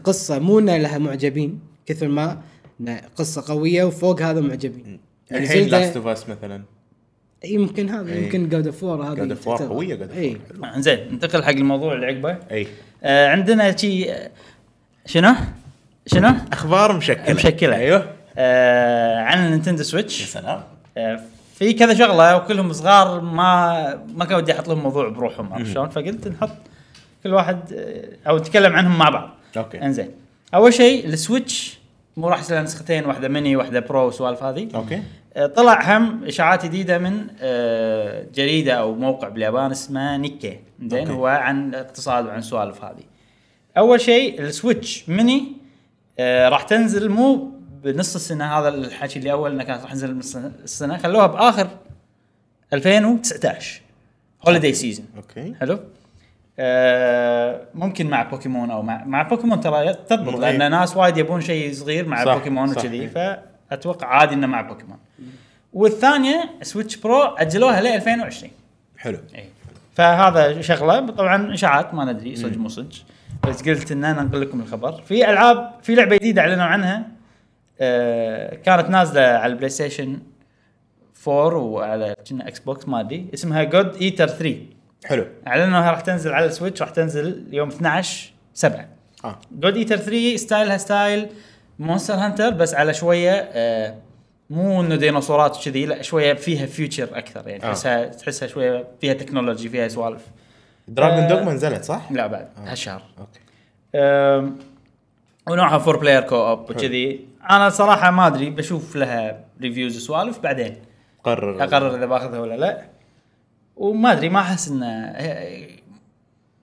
قصه مو انه لها معجبين كثر ما إنه قصه قويه وفوق هذا معجبين يعني الحين زلدة- لاست اوف اس مثلا يمكن هذا إي. يمكن جود اوف وور هذا جود اوف وور يعتبر. قويه جود إي. اوف وور آه، زين ننتقل حق الموضوع اللي عقبه اي آه عندنا شي آه، شنو؟ شنو؟ اخبار مشكله مشكله ايوه آه عن نينتندو سويتش آه، يا سلام في كذا شغله وكلهم صغار ما ما كان ودي احط لهم موضوع بروحهم عرفت شلون؟ فقلت نحط كل واحد آه، او نتكلم عنهم مع بعض. أوكي. انزين. اول شيء السويتش مو راح يصير لها نسختين واحده ميني واحده برو والسوالف هذه. اوكي آه، طلع هم اشاعات جديده من آه، جريده او موقع باليابان اسمه نيكي زين أوكي. هو عن اقتصاد وعن سوالف هذه. اول شيء السويتش ميني آه، راح تنزل مو بنص السنه هذا الحكي اللي اول انها كانت راح تنزل بنص السنه خلوها باخر 2019 هوليدي سيزون اوكي حلو آه، ممكن مع بوكيمون او مع مع بوكيمون ترى تضبط مم، لان أي. ناس وايد يبون شيء صغير مع صح، بوكيمون صح، إيه. وكذي أي. فاتوقع عادي انه مع بوكيمون والثانيه سويتش برو اجلوها ل 2020 حلو إيه. فهذا شغله طبعا اشاعات ما ندري صدق مو صدق بس قلت ان انا انقل لكم الخبر في العاب في لعبه جديده اعلنوا عنها آه، كانت نازله على البلاي ستيشن 4 وعلى كنا اكس بوكس ما ادري اسمها جود ايتر 3 حلو اعلنوا انها راح تنزل على السويتش راح تنزل يوم 12 7 اه جود ايتر 3 ستايلها ستايل مونستر هانتر بس على شويه آه، مو انه ديناصورات وكذي لا شويه فيها فيوتشر اكثر يعني آه. تحسها تحسها شويه فيها تكنولوجي فيها سوالف دراجون آه. دوغ ما نزلت صح؟ لا بعد آه. هالشهر اوكي أم، ونوعها فور بلاير كو اوب وكذي انا صراحه ما ادري بشوف لها ريفيوز وسوالف بعدين قرر اقرر اذا باخذها ولا لا وما ادري ما احس انه هي-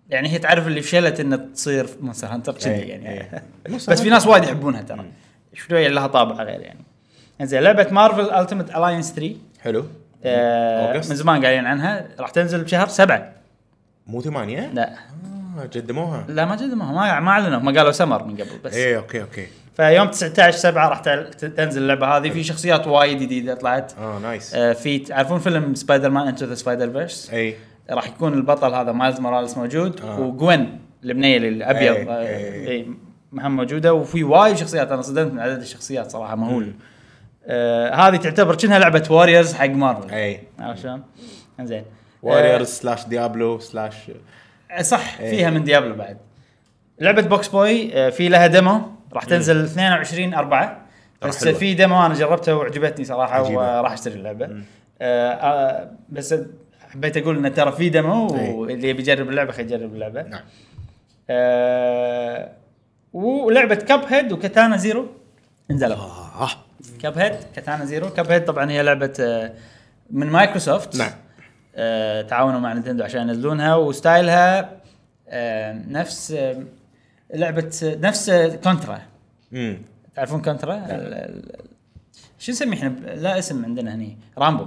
يعني هي تعرف اللي فشلت انها تصير مونستر هانتر كذي إيه، يعني [laughs] إيه. بس في ناس وايد يحبونها ترى شويه لها طابع غير يعني زين لعبه مارفل التيمت الاينس 3 حلو آه، من أوغست. زمان قايلين عنها راح تنزل بشهر سبعة مو ثمانية؟ لا آه جدموها لا ما قدموها ما ما اعلنوا هم قالوا سمر من قبل بس ايه اوكي اوكي فيوم 19 7 راح تعل- تنزل اللعبه هذه في شخصيات وايد جديده طلعت اه نايس آه، في تعرفون فيلم سبايدر مان انتو ذا سبايدر فيرس اي راح يكون البطل هذا مايلز موراليس موجود آه. وجوين البنيه الابيض إيه، آه، إيه. إيه، مهم موجوده وفي وايد شخصيات انا صدمت من عدد الشخصيات صراحه مهول آه هذه تعتبر كأنها لعبه واريورز حق مارفل اي عرفت شلون؟ زين واريورز سلاش ديابلو سلاش آه، صح إيه. فيها من ديابلو بعد لعبه بوكس بوي آه، في لها ديمو راح تنزل 22 4 راح بس حلوة. في ديمو انا جربتها وعجبتني صراحه عجيبة. وراح اشتري اللعبه مم. آه، آه، بس حبيت اقول انه ترى في ديمو إيه. واللي يبي يجرب اللعبه خليه يجرب اللعبه نعم آه، ولعبه كاب هيد وكاتانا زيرو انزلوا اه كاب هيد كاتانا زيرو كاب هيد طبعا هي لعبه آه، من مايكروسوفت نعم. آه، تعاونوا مع نينتندو عشان ينزلونها وستايلها آه، نفس آه، لعبه آه، نفس آه، كونترا امم تعرفون كونترا؟ نعم. ال- ال- ال- شو نسميه احنا ب- لا اسم عندنا هني رامبو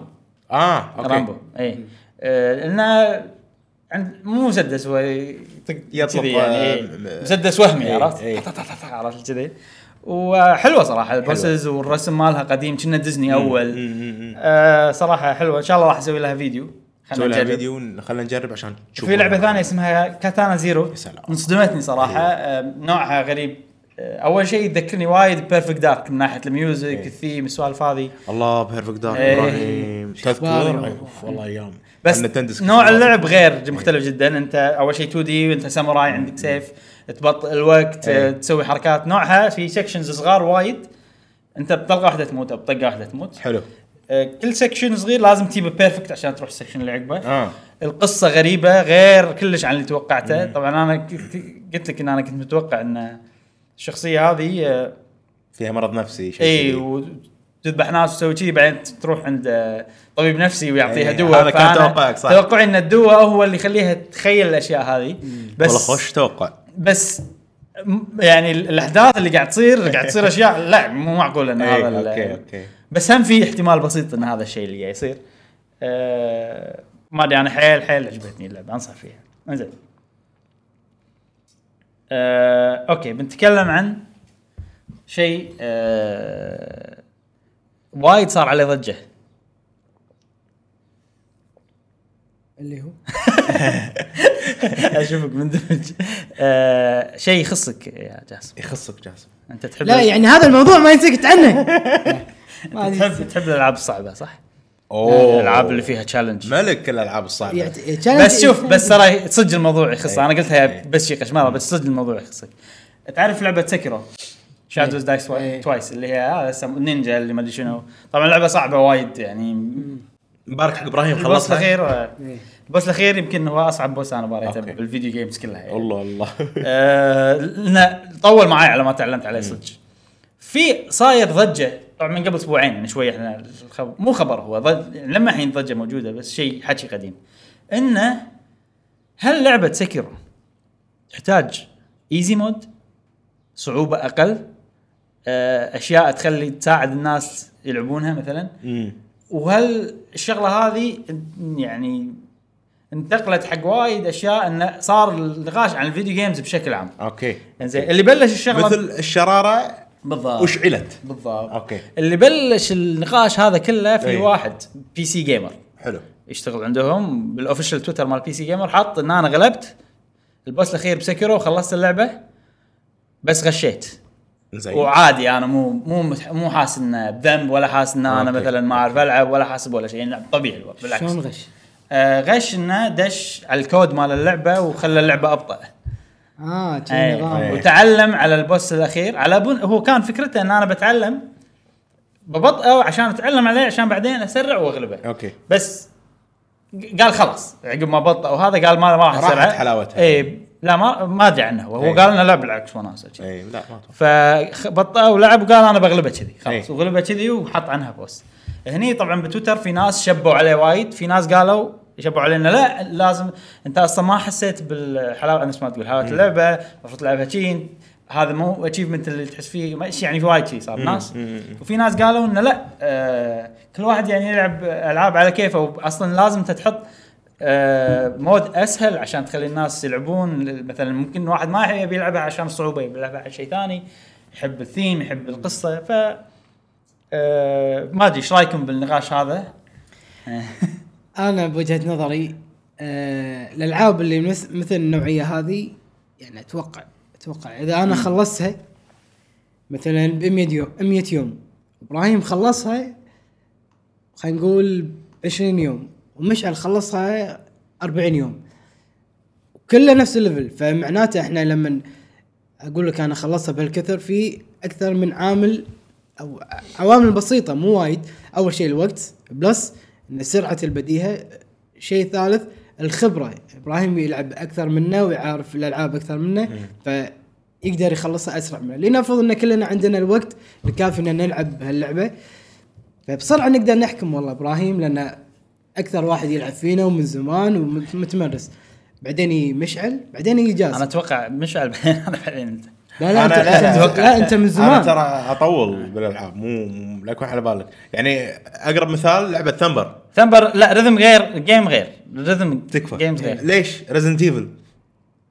آه، اه اوكي رامبو اي آه، لانه عند- مو مسدس هو يطلق، كذي يعني آه، إيه. م- م- مسدس وهمي إيه، عرفت؟ إيه. طا- طا- طا- طا- [laughs] عرفت كذي وحلوه صراحه البوسز والرسم مالها قديم كنا ديزني اول مم، مم، مم. آه صراحه حلوه ان شاء الله راح اسوي لها فيديو خلنا نسوي لها نجرب. فيديو خلينا نجرب عشان تشوف في لعبه ثانيه اسمها كاتانا زيرو سلام. أيوه. انصدمتني صراحه آه، نوعها غريب آه، اول شيء يذكرني وايد بيرفكت دارك من ناحيه الميوزك إيه. الثيم السوالف هذه الله بيرفكت دارك إيه. ابراهيم تذكر إخباري. أي، أوف، والله ايام بس عندنا تندس نوع كتير. اللعب غير مختلف جدا انت اول شيء 2 دي وانت ساموراي عندك سيف تبطئ الوقت إيه. آه، تسوي حركات نوعها في سكشنز صغار وايد انت بطلقه واحده تموت او بطقه واحده تموت حلو آه، كل سكشن صغير لازم تجيبه بيرفكت عشان تروح السكشن اللي عقبه اه القصه غريبه غير كلش عن اللي توقعته طبعا انا ك- ك- قلت لك ان انا كنت متوقع ان الشخصيه هذه آه، فيها مرض نفسي شيء اي كذي. إيه، وتذبح ناس وتسوي شيء بعدين تروح عند آه، طبيب نفسي ويعطيها إي، دواء إيه، هذا كان فأنا توقعك، صح. توقعي ان الدواء هو اللي يخليها تتخيل الاشياء هذه بس والله خوش توقع بس م- يعني ال- الاحداث اللي قاعد تصير قاعد تصير اشياء لا مو معقول ان إي، هذا ال- اوكي اوكي بس هم في احتمال بسيط ان هذا الشيء اللي قاعد يصير أه ما ادري انا حيل حيل عجبتني اللعبه انصح فيها انزين أه اوكي بنتكلم عن شيء أه وايد صار عليه [laughs] ضجه [laughs] اللي هو اشوفك مندمج أه شيء يخصك يا جاسم يخصك جاسم انت تحب لا يعني هذا الموضوع ما ينسكت [laughs] عنه ما أنت ينسكت. تحب تحب الالعاب الصعبه صح؟ اوه الالعاب اللي فيها تشالنج ملك الالعاب الصعبه يعني challenge بس شوف بس ترى صدق الموضوع يخص إيه. انا قلتها إيه. بس شيء قشمره بس صدق الموضوع يخصك تعرف لعبه سكرو شادوز دايس إيه. توايس اللي هي هذا اسمه نينجا اللي ما ادري شنو طبعا لعبه صعبه وايد يعني مبارك حق ابراهيم البوس خلصها الاخير إيه. البوس الاخير يمكن هو اصعب بوس انا باريته أوكي. بالفيديو جيمز كلها يعني. الله الله [laughs] آه، لأنه طول معي على ما تعلمت عليه صدق في صاير ضجه طبعا من قبل اسبوعين يعني شوي احنا الخبر مو خبر هو ضج... لما الحين ضجه موجوده بس شيء حكي قديم انه هل لعبه سكيرو تحتاج ايزي مود صعوبه اقل آه، اشياء تخلي تساعد الناس يلعبونها مثلا أمم. وهل الشغله هذه يعني انتقلت حق وايد اشياء انه صار النقاش عن الفيديو جيمز بشكل عام اوكي يعني زين اللي بلش الشغله مثل الشراره بالضبط اشعلت بالضبط اوكي اللي بلش النقاش هذا كله في إي. واحد بي سي جيمر حلو يشتغل عندهم بالاوفيشال تويتر مال بي سي جيمر حط ان انا غلبت البوس الاخير بسكيرو وخلصت اللعبه بس غشيت زين وعادي انا مو مو مت- مو حاسس انه بذنب ولا حاسس ان انا أوكي. مثلا ما اعرف العب ولا حاسب ولا شيء يعني لعب طبيعي الوضع، بالعكس شلون غش؟ آه غش انه دش على الكود مال اللعبه وخلى اللعبه ابطا اه جي أي. نظام. إيه، وتعلم على البوس الاخير على بن هو كان فكرته ان انا بتعلم ببطئه عشان اتعلم عليه عشان بعدين اسرع واغلبه اوكي بس ج- قال خلاص عقب ما بطئ وهذا قال ما ما راح راحت اسرع حلاوتها. إيه. اي لا ما ما ادري عنه هو إي. هو قال لنا لا بالعكس وناسه شي. اي إيه، لا ما اتوقع فبطأ ولعب وقال انا بغلبه كذي خلاص إي. وغلبه كذي وحط عنها بوست هني طبعا بتويتر في ناس شبوا عليه وايد في ناس قالوا شبوا علينا لا لازم انت اصلا ما حسيت بالحلاوه نفس ما تقول حلاوه اللعبه المفروض تلعبها شي هذا مو اتشيفمنت اللي تحس فيه ما شي- يعني في وايد شيء صار ناس وفي ناس قالوا انه لا آه كل واحد يعني يلعب العاب على كيفه واصلا لازم انت تحط آه مود اسهل عشان تخلي الناس يلعبون مثلا ممكن واحد ما يبي يلعبها عشان الصعوبه يبي يلعبها عشان شيء ثاني يحب الثيم يحب القصه ف آه ما ادري ايش رايكم بالنقاش هذا؟ انا بوجهه نظري آه الالعاب اللي مثل, مثل النوعيه هذه يعني اتوقع اتوقع اذا انا خلصتها مثلا ب 100 يوم 100 يوم ابراهيم خلصها خلينا نقول ب 20 يوم ومشعل خلصها 40 يوم كله نفس الليفل فمعناته احنا لما اقول لك انا خلصها بهالكثر في اكثر من عامل او عوامل بسيطه مو وايد اول شيء الوقت بلس ان سرعه البديهه شيء ثالث الخبره ابراهيم يلعب اكثر منا ويعرف الالعاب اكثر منا فيقدر يخلصها اسرع منه لنفرض ان كلنا عندنا الوقت الكافي ان نلعب بهاللعبه فبسرعه نقدر نحكم والله ابراهيم لان اكثر واحد يلعب فينا ومن زمان ومتمرس بعدين يجي مشعل بعدين يجي جاسم انا اتوقع مشعل [laughs] بعدين انا بعدين انت لا لا أنا- انت لا، لا, لا، لا, أتوقع. لا انت من زمان انا ترى اطول بالالعاب مو مو- لا يكون على بالك يعني اقرب مثال لعبه ثمبر ثمبر لا رذم غير جيم غير رذم تكفى جيمز غير ليش ريزنت ايفل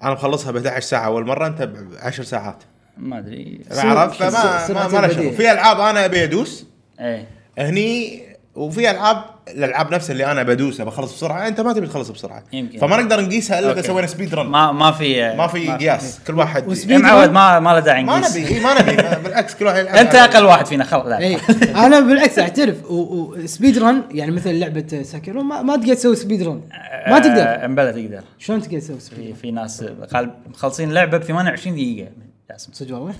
انا مخلصها ب 11 ساعه اول مره انت ب 10 ساعات ما ادري سوق- عرفت سوق- فما سرعة ما, ما له البديهة. شغل في العاب انا ابي ادوس ايه هني وفي العاب الالعاب نفسها اللي انا بدوسها بخلص بسرعه انت ما تبي تخلص بسرعه يمكن. فما نقدر نقيسها الا اذا أوكي. سوينا سبيد رن ما ما في ما في قياس كل واحد وسبيد- يا معود ما ما له داعي ما نقيس. نبي إي، ما نبي ما- بالعكس كل واحد يلعب انت على- اقل واحد فينا خلاص لا اي انا إيه. بالعكس اعترف وسبيد رن يعني مثل لعبه ساكيرو ما, ما تقدر تسوي سبيد رن ما تقدر آه، امبلا تقدر شلون تقدر تسوي سبيد في, رن؟ في ناس قال مخلصين لعبه ب 28 دقيقه جاسم صدق والله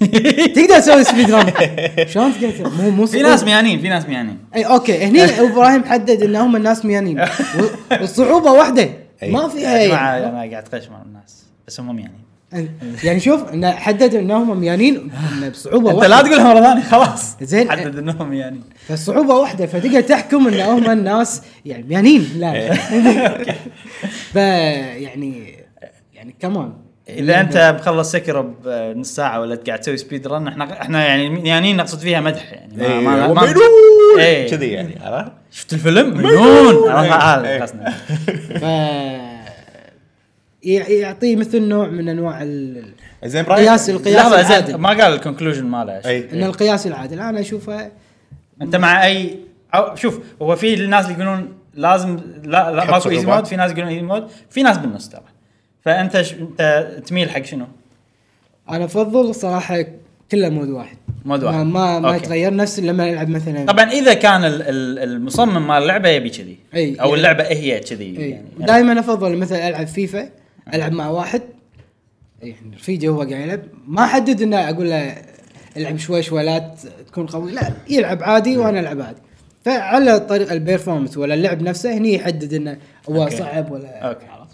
تقدر تسوي سبيد رن شلون تقدر تسوي مو مو في صعوبة. ناس ميانين في ناس ميانين اي اوكي هني ابراهيم حدد ان هم الناس ميانين و- والصعوبه واحده أي. ما يا جماعه فيها انا قاعد قش مع الناس بس هم ميانين يعني شوف إن حددوا انهم ميانين إن بصعوبه انت لا واحده تقولها مره ثانيه خلاص زين. حدد انهم ميانين فالصعوبة واحدة فتقدر تحكم ان هم الناس يعني ميانين لا إيه. ف يعني يعني كمان اذا انت مخلص سكر بنص ساعه ولا قاعد تسوي سبيد رن احنا احنا يعني ميانين نقصد فيها مدح يعني ما إي، ما ما- إيه. وبينون! إي. إيه. كذي يعني عرفت شفت الفيلم مجنون إي. إي. هذا قصدنا. ف يع- يعطيه مثل نوع من انواع ال... زين قياس القياس لحظه العادل زين ما قال الكونكلوجن ماله اي ان القياس العادل انا اشوفه انت مع اي أو شوف هو في الناس اللي يقولون لازم لا, لا يحط ماكو ايزي صعوبات. مود في ناس يقولون ايزي مود في ناس بالنص ترى فانت ش... انت تميل حق شنو؟ انا افضل صراحة كله مود واحد مود واحد. ما ما, ما أوكي. يتغير نفس لما العب مثلا طبعا اذا كان ال- ال- المصمم مال اللعبه يبي كذي أي، او يعني- اللعبه هي كذي يعني يعني آه. دائما افضل مثلا العب فيفا العب مع واحد إيه. يعني رفيجي هو قاعد يلعب ما احدد انه اقول له العب شوي شوي لا ت- تكون قوي لا يلعب عادي وانا العب عادي فعلى طريق البيرفورمنس ولا اللعب نفسه هني يحدد انه هو أوكي. صعب ولا اوكي حلو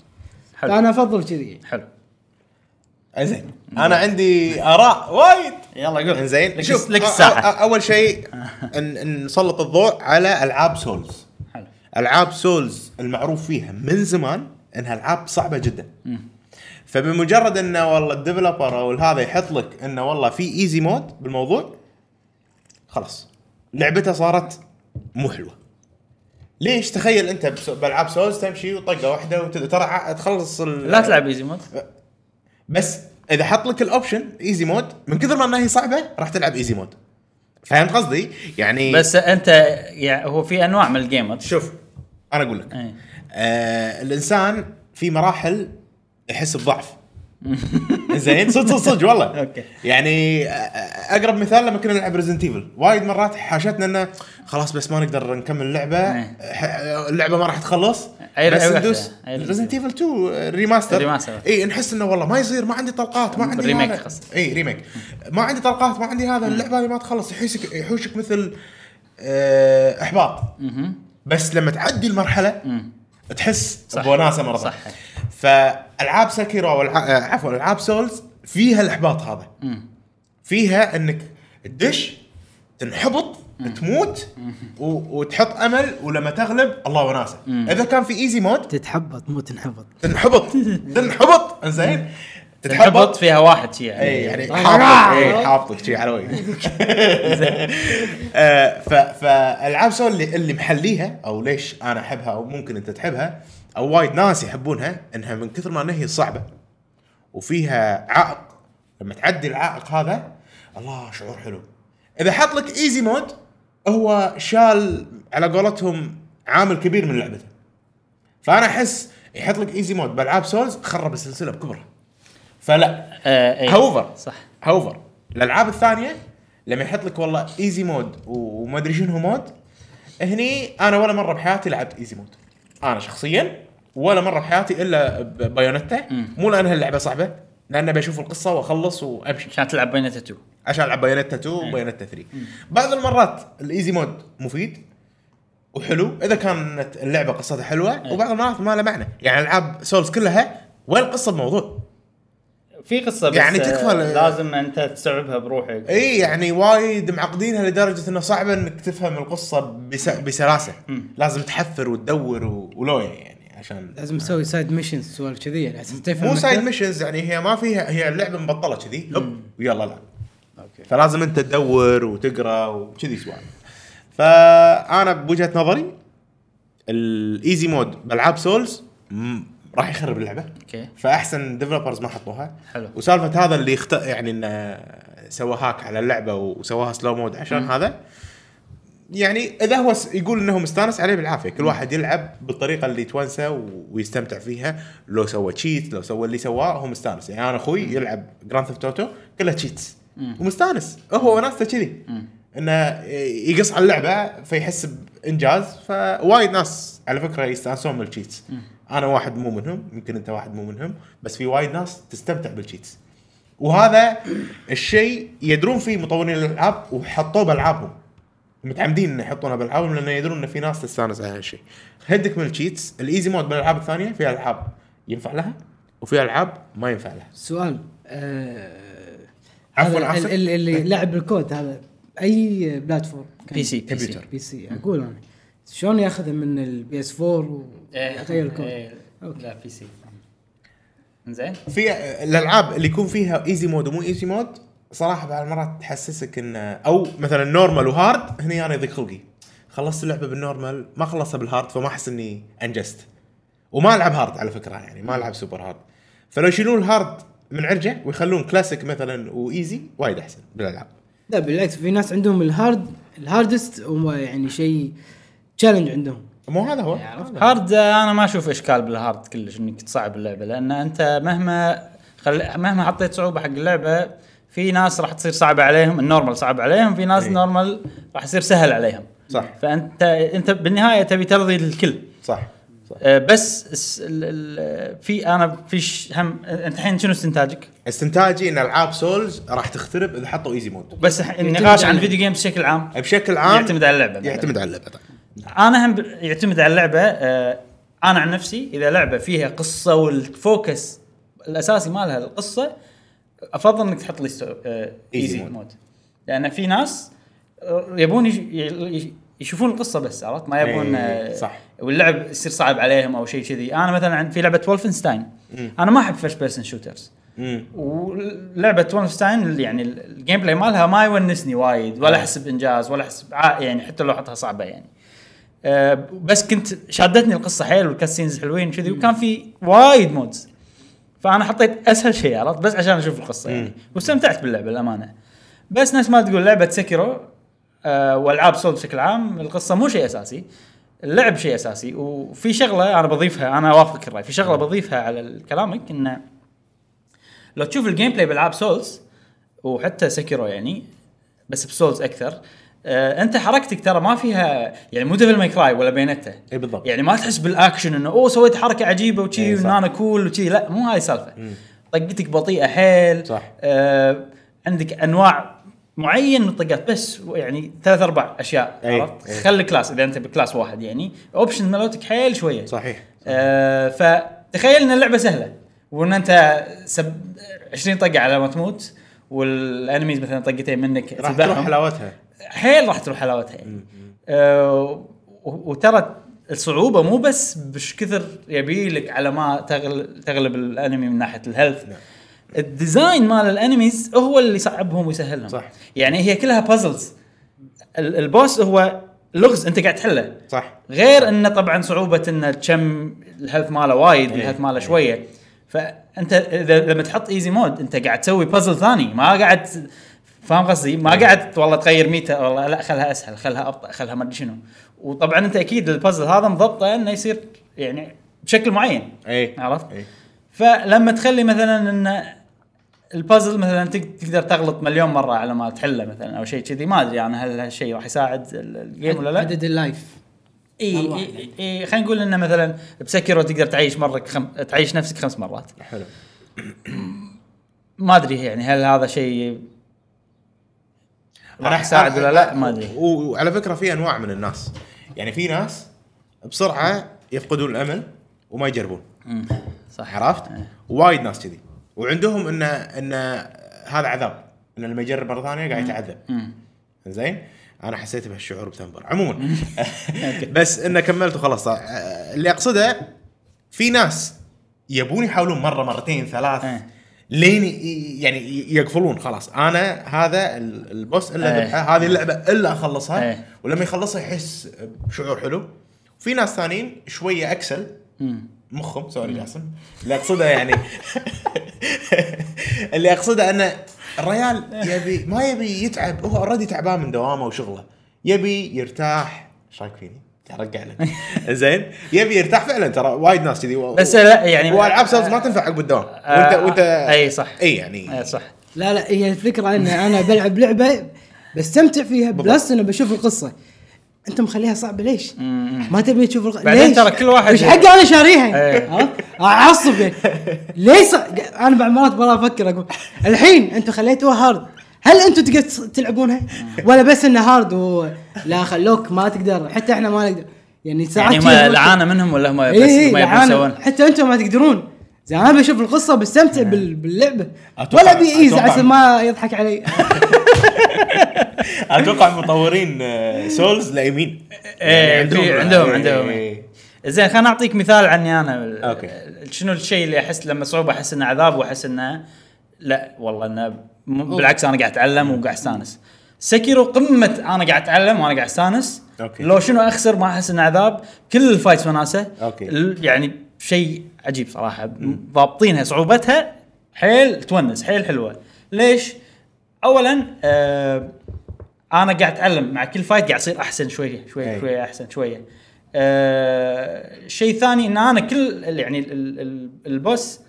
فانا افضل كذي حلو زين انا عندي اراء وايد يلا قول زين لك- لك الساحه اول شيء إن- إن نسلط الضوء على العاب سولز حلو العاب سولز المعروف فيها من زمان انها العاب صعبه جدا فبمجرد انه والله الديفلوبر او هذا يحط لك انه والله في ايزي مود بالموضوع خلاص لعبته صارت مو حلوه ليش تخيل انت بس- بالعاب سولز تمشي وطقه واحده وتد- ترى ع- تخلص ال- لا تلعب ايزي مود بس اذا حط لك الاوبشن ايزي مود من كثر ما انها هي صعبه راح تلعب ايزي مود فهمت قصدي يعني بس انت يعني هو في انواع من الجيمر شوف انا اقول لك إيه. آه الانسان في مراحل يحس بضعف [laughs] زين صدق صدق صدق والله أوكي. يعني أ- أ- اقرب مثال لما كنا نلعب ريزنت ايفل وايد مرات حاشتنا انه خلاص بس ما نقدر نكمل اللعبه إيه. ح- اللعبه ما راح تخلص أي بس لعبة ندوس واحدة. أي ريزنت ايفل 2 ريماستر الريماستر. اي آه، إيه، نحس انه والله ما يصير ما عندي طلقات ما عندي ريميك هذا. قصدي. اي ريميك ما عندي طلقات ما عندي هذا اللعبه اللي ما تخلص يحوشك يحوشك مثل آه، احباط بس لما تعدي المرحله تحس صح. بوناسه مره صح صح. فالعاب سكيرو او الع- آه، عفوا العاب سولز فيها الاحباط هذا فيها انك تدش تنحبط تموت و- وتحط امل ولما تغلب الله وناسه اذا كان في ايزي مود تتحبط مو تنحبط [laughs] تنحبط تنحبط انزين تنحبط فيها واحد شي يعني اي يعني طبعاً. حاطك اي حاطك شي على وجهك آه، ف فالعاب سول اللي, اللي محليها او ليش انا احبها او ممكن انت تحبها او وايد ناس يحبونها انها من كثر ما إن هي صعبه وفيها عائق لما تعدي العائق هذا الله شعور حلو اذا حط لك ايزي مود هو شال على قولتهم عامل كبير من لعبته فانا احس يحط لك ايزي مود بالعاب سولز خرب السلسله بكبرها فلا آه، أي. However. صح هاوفر الالعاب الثانيه لما يحط لك والله ايزي مود و- وما ادري شنو مود هني انا ولا مره بحياتي لعبت ايزي مود انا شخصيا ولا مره بحياتي الا بايونتا مو لانها اللعبه صعبه لان بشوف القصه واخلص وامشي عشان تلعب بينتا 2 عشان العب بايونتا 2 وبايونتا 3 بعض المرات الايزي مود مفيد وحلو اذا كانت اللعبه قصتها حلوه وبعض المرات ما لها معنى يعني العاب سولز كلها وين القصه بموضوع في قصه بس يعني آه، تكفى ل- لازم انت تستوعبها بروحك اي يعني وايد معقدينها لدرجه انه صعب انك تفهم القصه بس بسلاسه لازم تحفر وتدور و... ولويا يعني عشان لازم تسوي سايد ميشنز سوالف كذي يعني عشان تفهم مو سايد أكثر. ميشنز يعني هي ما فيها هي اللعبه مبطله كذي هوب ويلا العب فلازم انت تدور وتقرا وكذي سوالف فانا بوجهه نظري الايزي مود بالعاب سولز م- راح يخرب اللعبه اوكي فاحسن ديفلوبرز ما حطوها حلو. وسالفه هذا اللي اخت... يعني انه سوى هاك على اللعبه وسواها سلو مود عشان هذا يعني اذا هو س- يقول انه مستانس عليه بالعافيه كل واحد يلعب بالطريقه اللي تونسه و- ويستمتع فيها لو سوى تشيت لو سوى اللي سواه هو مستانس يعني انا اخوي يلعب جراند ثيفت اوتو كلها تشيتس ومستانس هو وناسته كذي انه ي- يقص على اللعبه فيحس بانجاز فوايد ناس على فكره يستانسون بالتشيتس انا واحد مو منهم يمكن انت واحد مو منهم بس في وايد ناس تستمتع بالتشيتس وهذا الشيء يدرون فيه مطورين الالعاب وحطوه بالعابهم متعمدين انه يحطونه بالعابهم لانه يدرون ان في ناس تستانس على هالشيء هدك من التشيتس الايزي مود بالالعاب الثانيه في العاب ينفع لها وفي العاب ما ينفع لها سؤال آه عفواً، هذا عفواً. طيب. ال- ال- اللي لعب الكود هذا اي بلاتفورم كان؟ بي سي بي سي كمبيوتر. بي سي اقول انا شلون ياخذه من البي اس 4 إيه. ويغير الكود الكود إيه، لا بي سي زين في الالعاب اللي يكون فيها ايزي مود ومو ايزي مود صراحه بعض المرات تحسسك ان او مثلا نورمال وهارد هني انا يضيق خلقي خلصت اللعبه بالنورمال ما خلصتها بالهارد فما احس اني انجزت وما العب هارد على فكره يعني ما العب سوبر هارد فلو يشيلون الهارد من عرجه ويخلون كلاسيك مثلا وايزي وايد احسن بالالعاب لا بالعكس في ناس عندهم الهارد الهاردست هو يعني شيء تشالنج عندهم مو هذا هو هارد آه، انا ما اشوف اشكال بالهارد كلش انك تصعب اللعبه لان انت مهما خل... مهما حطيت صعوبه حق اللعبه في ناس راح تصير صعبه عليهم النورمال صعب عليهم في ناس إيه. النورمال راح يصير سهل عليهم صح. فانت انت بالنهايه تبي ترضي الكل صح صح آه، بس الس- ال... ال... في انا في ش... هم انت الحين شنو استنتاجك؟ استنتاجي ان العاب سولز راح تخترب اذا حطوا ايزي مود بس الح- النقاش عن الفيديو جيمز بشكل عام بشكل عام يعتمد على اللعبه يعتمد على اللعبه طبعاً. انا هم ب- يعتمد على اللعبه آه، انا عن نفسي اذا لعبه فيها قصه والفوكس الاساسي مالها القصه افضل انك تحط لي ستو- آه، ايزي مود. مود لان في ناس آه، يبون يش- ي- يشوفون القصه بس عرفت ما يبون إيه، آه، صح. واللعب يصير صعب عليهم او شيء كذي انا مثلا عند- في لعبه ولفنستاين انا ما احب فيرست بيرسون شوترز مم. ولعبه ولفنستاين اللي يعني ال- الجيم بلاي مالها ما يونسني وايد ولا احس بانجاز ولا احس بع- يعني حتى لو حطها صعبه يعني أه بس كنت شادتني القصه حيل والكاسينز حلوين كذي وكان في وايد مودز فانا حطيت اسهل شيء عرفت بس عشان اشوف القصه يعني واستمتعت باللعبه الامانه بس نفس ما تقول لعبه سكرو أه والعاب سول بشكل عام القصه مو شيء اساسي اللعب شيء اساسي وفي شغله انا بضيفها انا اوافقك الراي في شغله بضيفها على كلامك انه لو تشوف الجيم بلاي بالعاب سولز وحتى سكيرو يعني بس بسولز اكثر آه انت حركتك ترى ما فيها يعني مو ديفل ماي كراي ولا بينته إي بالضبط. يعني ما تحس بالاكشن انه اوه سويت حركه عجيبه وشي إي إيه، صح. وإن انا كول وشي لا مو هاي السالفه طقتك بطيئه حيل صح. آه عندك انواع معين من الطقات بس يعني ثلاث اربع اشياء أي. عرفت؟ أي. خلي كلاس اذا انت بكلاس واحد يعني اوبشن مالتك حيل شويه صحيح آه فتخيل ان اللعبه سهله وان انت سب 20 طقه على ما تموت والانميز مثلا طقتين منك راح تروح تذبحهم. حلاوتها حيل راح تروح حلاوتها يعني آه و- وترى الصعوبه مو بس بش كثر يبي لك على ما تغل تغلب الانمي من ناحيه الهيلث نعم. الديزاين مال الانميز هو اللي يصعبهم ويسهلهم صح. يعني هي كلها بازلز البوس هو لغز انت قاعد تحله صح غير انه طبعا صعوبه انه كم الهيلث ماله وايد إيه. الهيلث ماله شويه فانت اذا لما تحط ايزي مود انت قاعد تسوي بازل ثاني ما قاعد فاهم قصدي؟ إيه. ما قاعد والله تغير ميتا والله لا خلها اسهل خلها ابطا خلها ما ادري شنو وطبعا انت اكيد البازل هذا مضبطه انه يصير يعني بشكل معين اي عرفت؟ إي. فلما تخلي مثلا ان البازل مثلا تق- تقدر تغلط مليون مره على ما تحله مثلا او شيء كذي ما ادري انا هل هالشيء راح يساعد ال- الجيم ولا لا؟ عدد اللايف اي مرة اي إي- اي خلينا نقول انه مثلا بسكرو تقدر تعيش مره خم... تعيش نفسك خمس مرات حلو ما ادري يعني هل هذا شيء راح يساعد ولا لا ما ادري و- وعلى فكره في انواع من الناس يعني في ناس بسرعه يفقدون الامل وما يجربون أمم، صح عرفت؟ إيه. وايد ناس كذي وعندهم ان ان هذا عذاب ان لما يجرب مره ثانيه قاعد يتعذب أمم. زين انا حسيت بهالشعور بتنبر [laughs] عموما [laughs] أوكي. بس انه كملت وخلاص آه، اللي اقصده في ناس يبون يحاولون مره مرتين ثلاث إيه. لين ي- يعني ي- يقفلون خلاص انا هذا ال- البوس الا إيه. أذبحه، هذه اللعبه الا اخلصها إيه. ولما يخلصها يحس بشعور حلو في ناس ثانيين شويه اكسل أمم. مخهم سوري قاسم اللي اقصده يعني [laughs] اللي اقصده انه الريال يبي ما يبي يتعب هو اوريدي تعبان من دوامه وشغله يبي يرتاح ايش رايك فيني؟ ارجع لك [laughs] زين يبي يرتاح فعلا ترى وايد ناس كذي و- بس لا يعني والعاب سولز ما تنفع عقب الدوام وانت وانت اي صح اي يعني اي صح لا لا هي الفكره ان انا بلعب لعبه بستمتع فيها بلس انا بشوف القصه انت مخليها صعبه ليش؟ ما تبي تشوف القصه بعدين ترى كل واحد- مش حقي انا شاريها إيه. عرفت؟ اعصب يعني ليش صع- انا بعد مرات والله افكر اقول الحين انتم خليتوها هارد هل انتم تقدر تس- تلعبونها؟ ولا بس انه هارد و... لا خلوك ما تقدر حتى احنا ما نقدر يعني ساعات يعني هم كذا بفكر. لعانه منهم ولا هم بس اي ما يبون يسوون إيه، نعم. حتى انتم ما تقدرون زين انا بشوف القصه بستمتع بال- باللعبه أتوقع- ولا ابي ايزي أتوقع- عشان ما يضحك [laughs] علي اتوقع مطورين آه، سولز لايمين إيه، في- عندهم- إيه، عندهم. إيه. زين خليني اعطيك مثال عني انا أوكي. شنو الشيء اللي احس لما صعوبه احس انه عذاب واحس انه لا والله انه م- بالعكس انا قاعد اتعلم وقاعد استانس سكيرو قمه انا قاعد اتعلم وانا قاعد استانس أوكي. لو شنو اخسر ما احس انه عذاب كل الفايتس وناسه أوكي. ال- يعني شيء عجيب صراحه ضابطينها صعوبتها حيل تونس حيل حلوه ليش؟ اولا آه انا قاعد اتعلم مع كل فايت قاعد اصير احسن شويه شويه أي. شويه احسن شويه آه شيء ثاني ان انا كل يعني ال- ال- ال- البوس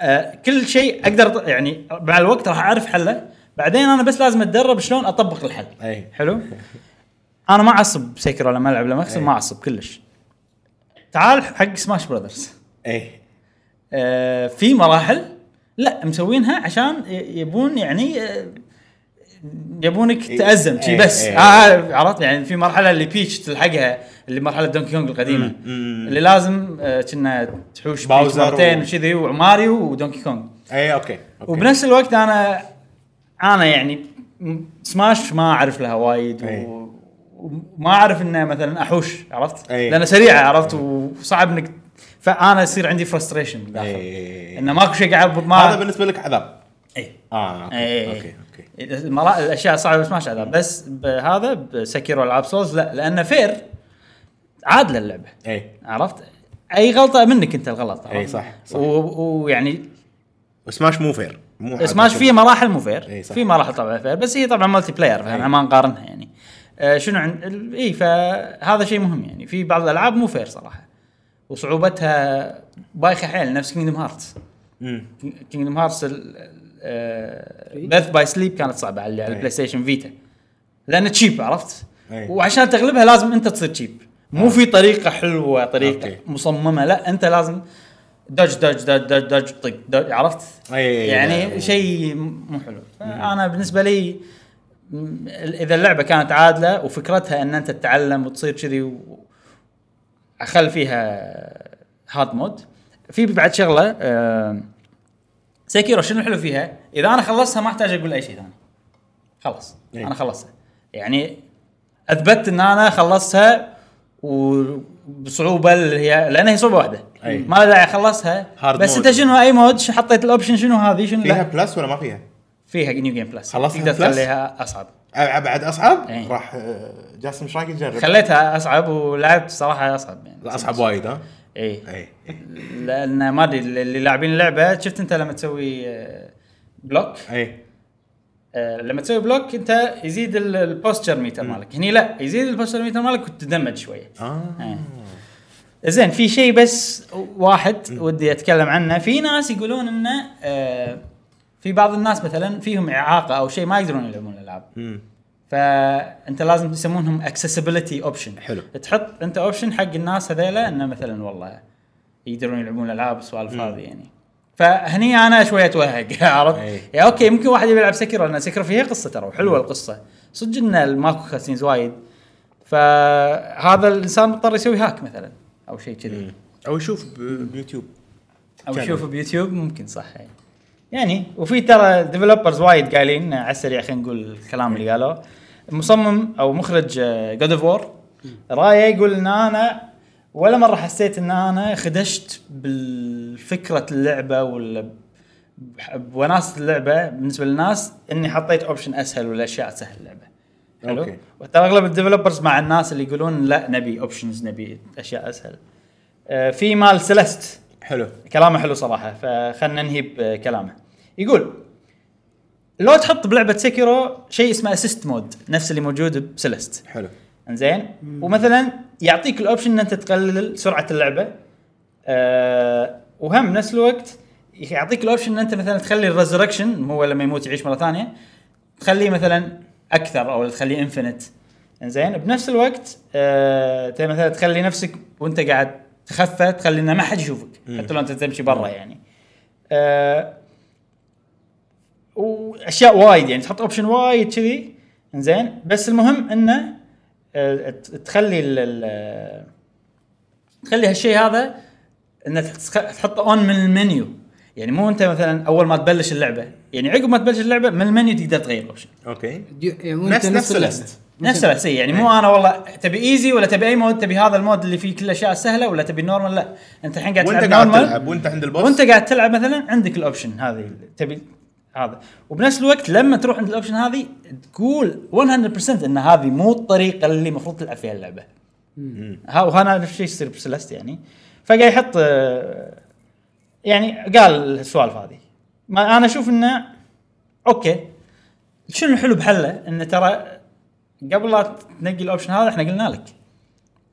آه كل شيء اقدر أط- يعني مع الوقت راح اعرف حله بعدين انا بس لازم اتدرب شلون اطبق الحل أي. حلو انا ما اعصب سكر لما العب لما اخسر أي. ما اعصب كلش تعال حق سماش براذرز ايه آه، في مراحل لا مسوينها عشان ي- يبون يعني آه، يبونك إيه. تأزم شي إيه، بس إيه. آه، آه، عرفت يعني في مرحله اللي بيتش تلحقها اللي مرحله دونكي كونغ القديمه مم، مم. اللي لازم آه، كنا تحوش بيتش باوزر مرتين و- وكذي وماريو ودونكي كونغ اي اوكي أوكي. وبنفس الوقت انا انا يعني م- سماش ما اعرف لها وايد أي. و... وما اعرف انه مثلا احوش عرفت؟ أي. لانها سريعه عرفت وصعب انك فانا يصير عندي فرستريشن أي- بالداخل أي- أي. انه ماكو شيء قاعد أضبط ما إيه. هذا بالنسبه لك عذاب اي اه اوكي إيه. اوكي اوكي المرا... الاشياء صعبه بس ما شاء الله بس بهذا بسكيرو العاب سولز لا لانه فير عادله اللعبه اي عرفت؟ اي غلطه منك انت الغلط عرفت؟ إي إيه، صح، صح. و- ويعني سماش مو فير مو حد سماش يشوف. فيه مراحل مو فير إي إيه، صح. إيه. في مراحل طبعا فير بس هي طبعا مالتي بلاير فاحنا إي. ما نقارنها يعني آه شنو عند ال- اي فهذا شيء مهم يعني في بعض الالعاب مو فير صراحه وصعوبتها بايخه حيل نفس كينجدم هارتس مم. كينجدم هارتس Three. بيرث باي سليب كانت صعبه على على أي. البلاي ستيشن فيتا لان تشيب عرفت؟ أي. وعشان تغلبها لازم انت تصير تشيب مو في طريقه حلوه طريقه أوكي. مصممه لا انت لازم دج دج دج دج دج طق دج طيب، عرفت؟ أي، يعني لا. شيء مو حلو فانا بالنسبه لي م- اذا اللعبه كانت عادله وفكرتها ان انت تتعلم وتصير كذي و- اخل فيها هارد مود في بعد شغله آه، سيكيرو شنو الحلو فيها؟ اذا انا خلصتها ما احتاج اقول اي شيء ثاني. خلص إيه. انا خلصتها يعني اثبتت ان انا خلصتها وبصعوبه اللي هي لان هي صعوبه واحده أي. ما له داعي خلصتها إيه. Hard بس mode. انت شنو اي مود شو حطيت الاوبشن شنو هذه شنو فيها لا بلس ولا ما فيها؟ فيها نيو جيم بلس خلصتها تقدر Plus؟ تخليها اصعب العب بعد اصعب أي. راح آه، جاسم ايش رايك نجرب؟ خليتها اصعب ولعبت صراحه اصعب يعني لا، اصعب وايد ها؟ إيه. اي اي لان ما ادري اللي لاعبين اللعبه شفت انت لما تسوي آه، بلوك اي آه، لما تسوي بلوك انت يزيد ال- البوستشر ميتر مالك هني لا يزيد البوستشر ميتر مالك وتدمج شويه اه آه. زين في شيء بس واحد ودي اتكلم عنه في ناس يقولون انه آه، في بعض الناس مثلا فيهم اعاقه او شيء ما يقدرون يلعبون الالعاب مم. فانت لازم يسمونهم accessibility اوبشن حلو. تحط انت اوبشن حق الناس هذيلا انه مثلا والله يقدرون يلعبون الالعاب والسوالف هذه يعني فهني انا شويه اتوهق [laughs] عرفت؟ أي. يا اوكي ممكن واحد يبي يلعب سكر لان سكر فيها قصه ترى وحلوه القصه صدق ان ماكو خاسينز وايد فهذا الانسان مضطر يسوي هاك مثلا او شيء كذي او يشوف ب- بيوتيوب او كان. يشوفه بيوتيوب ممكن صح يعني. يعني وفي ترى ديفلوبرز وايد قايلين على السريع خلينا نقول الكلام اللي قالوه مصمم او مخرج آه، جود اوف وور رايه يقول ان انا ولا مره حسيت ان انا خدشت بالفكره اللعبه ولا ب- بوناسه اللعبه بالنسبه للناس اني حطيت اوبشن اسهل ولا اشياء تسهل اللعبه حلو أوكي. وترى اغلب الديفلوبرز مع الناس اللي يقولون لا نبي اوبشنز نبي اشياء اسهل آه، في مال سلست حلو كلامه حلو صراحه فخلنا ننهي بكلامه يقول لو تحط بلعبه سيكيرو شيء اسمه اسيست مود نفس اللي موجود بسلست حلو انزين ومثلا يعطيك الاوبشن ان انت تقلل سرعه اللعبه أه وهم نفس الوقت يعطيك الاوبشن ان انت مثلا تخلي الريزركشن هو لما يموت يعيش مره ثانيه تخليه مثلا اكثر او تخليه انفنت انزين بنفس الوقت أه ت- مثلا تخلي نفسك وانت قاعد تخفى تخلي انه ما حد يشوفك حتى لو انت تمشي برا يعني أه واشياء وايد يعني تحط اوبشن وايد كذي انزين بس المهم انه آه، ت- تخلي ال- ال تخلي هالشيء هذا انك تخ- تحطه اون من المنيو يعني مو انت مثلا اول ما تبلش اللعبه يعني عقب ما تبلش اللعبه من المنيو تقدر تغير الاوبشن اوكي ديو- يعني مو نفس- أنت نفس إيه. اللعبة. اللست. نفس الاساسيه يعني مو انا والله تبي ايزي ولا تبي اي مود تبي هذا المود اللي فيه كل الاشياء سهله ولا تبي نورمال لا انت الحين قاعد وانت تلعب قاعد نورمال تلعب وانت عند البوس وانت قاعد تلعب مثلا عندك الاوبشن هذه اللي تبي هذا وبنفس الوقت لما تروح عند الاوبشن هذه تقول 100% ان هذه مو الطريقه اللي المفروض تلعب فيها اللعبه. ها وهنا نفس الشيء يصير بسلست يعني فقاعد يحط آه، يعني قال السوالف هذه ما انا اشوف انه اوكي شنو الحلو بحله انه ترى قبل لا تنقي الاوبشن هذا احنا قلنا لك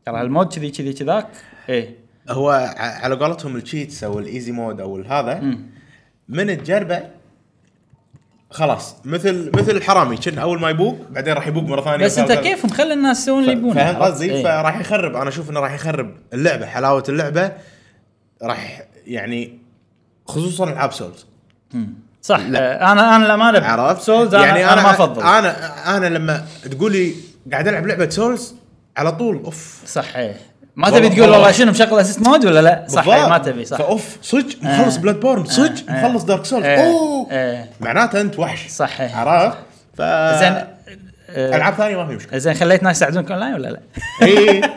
ترى المود كذي كذي كذاك ايه هو ع- على قولتهم التشيتس او الايزي مود او هذا مم. من تجربه خلاص مثل مثل الحرامي كان اول ما يبوق بعدين راح يبوق مره ثانيه بس انت وثالثة. كيف مخلي الناس يسوون اللي يبونه إيه. فاهم قصدي؟ عرفت؟ فراح يخرب انا اشوف انه راح يخرب اللعبه حلاوه اللعبه راح يعني خصوصا العاب سولز صح آه، انا انا الامانه عرفت؟ سولز يعني انا, أنا ما افضل أنا انا انا لما تقولي قاعد العب لعبه سولز على طول اوف صح إيه. ما والله- تبي تقول والله والله. شنو مشغل اسيست مود ولا لا صح بالضبط. إيه، ما تبي صح فاوف صدق مخلص آه. بلاد بورن صدق آه. مخلص دارك سولز آه. اوه آه. معناته انت وحش صح. عرفت؟ ف زين آه، العاب ثانيه ما [laughs] في مشكله زين خليت ناس يساعدونك اونلاين ولا لا؟ إيه، اي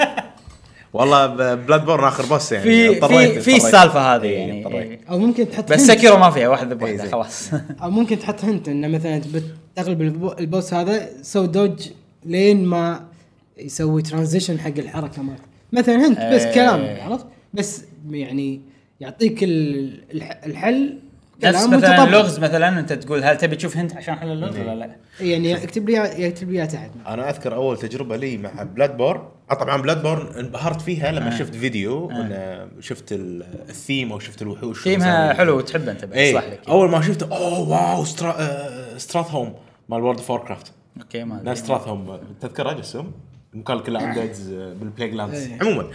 والله بلاد بورن اخر بوس يعني إيه. في اضطريت- في في اضطريت. السالفه هذه إي، يعني اضطريت. إيه. او ممكن تحط بس hint. سكيرو ما فيها واحده إيه، بوحده زين. خلاص او ممكن تحط هنت انه مثلا تبي تغلب البو- البوس هذا سوي دوج لين ما يسوي ترانزيشن حق الحركه مالته مثلا هنت بس إيه. كلام عرفت بس يعني يعطيك ال- الح- الحل نفس كلام مثلا متطابق. اللغز مثلا انت تقول هل تبي تشوف هنت عشان احل اللغز ولا إيه. لا؟ يعني اكتب لي إياه- اكتب لي اياه تعبني انا اذكر اول تجربه لي مع بلاد بورن آه، طبعا بلاد بورن انبهرت فيها لما آه. شفت فيديو آه. أنا شفت ال- الثيم او شفت الوحوش تيمها مثلاً. حلو وتحبه انت بعد ايه يصلح لك اول ما شفته اوه واو سترا... آه، ستراث هوم مال وورد اوف كرافت اوكي ما أدري. ناس ستراث هوم تذكره جسم المكان كله آه، اندادز بالبلاي جلاندز إيه. عموما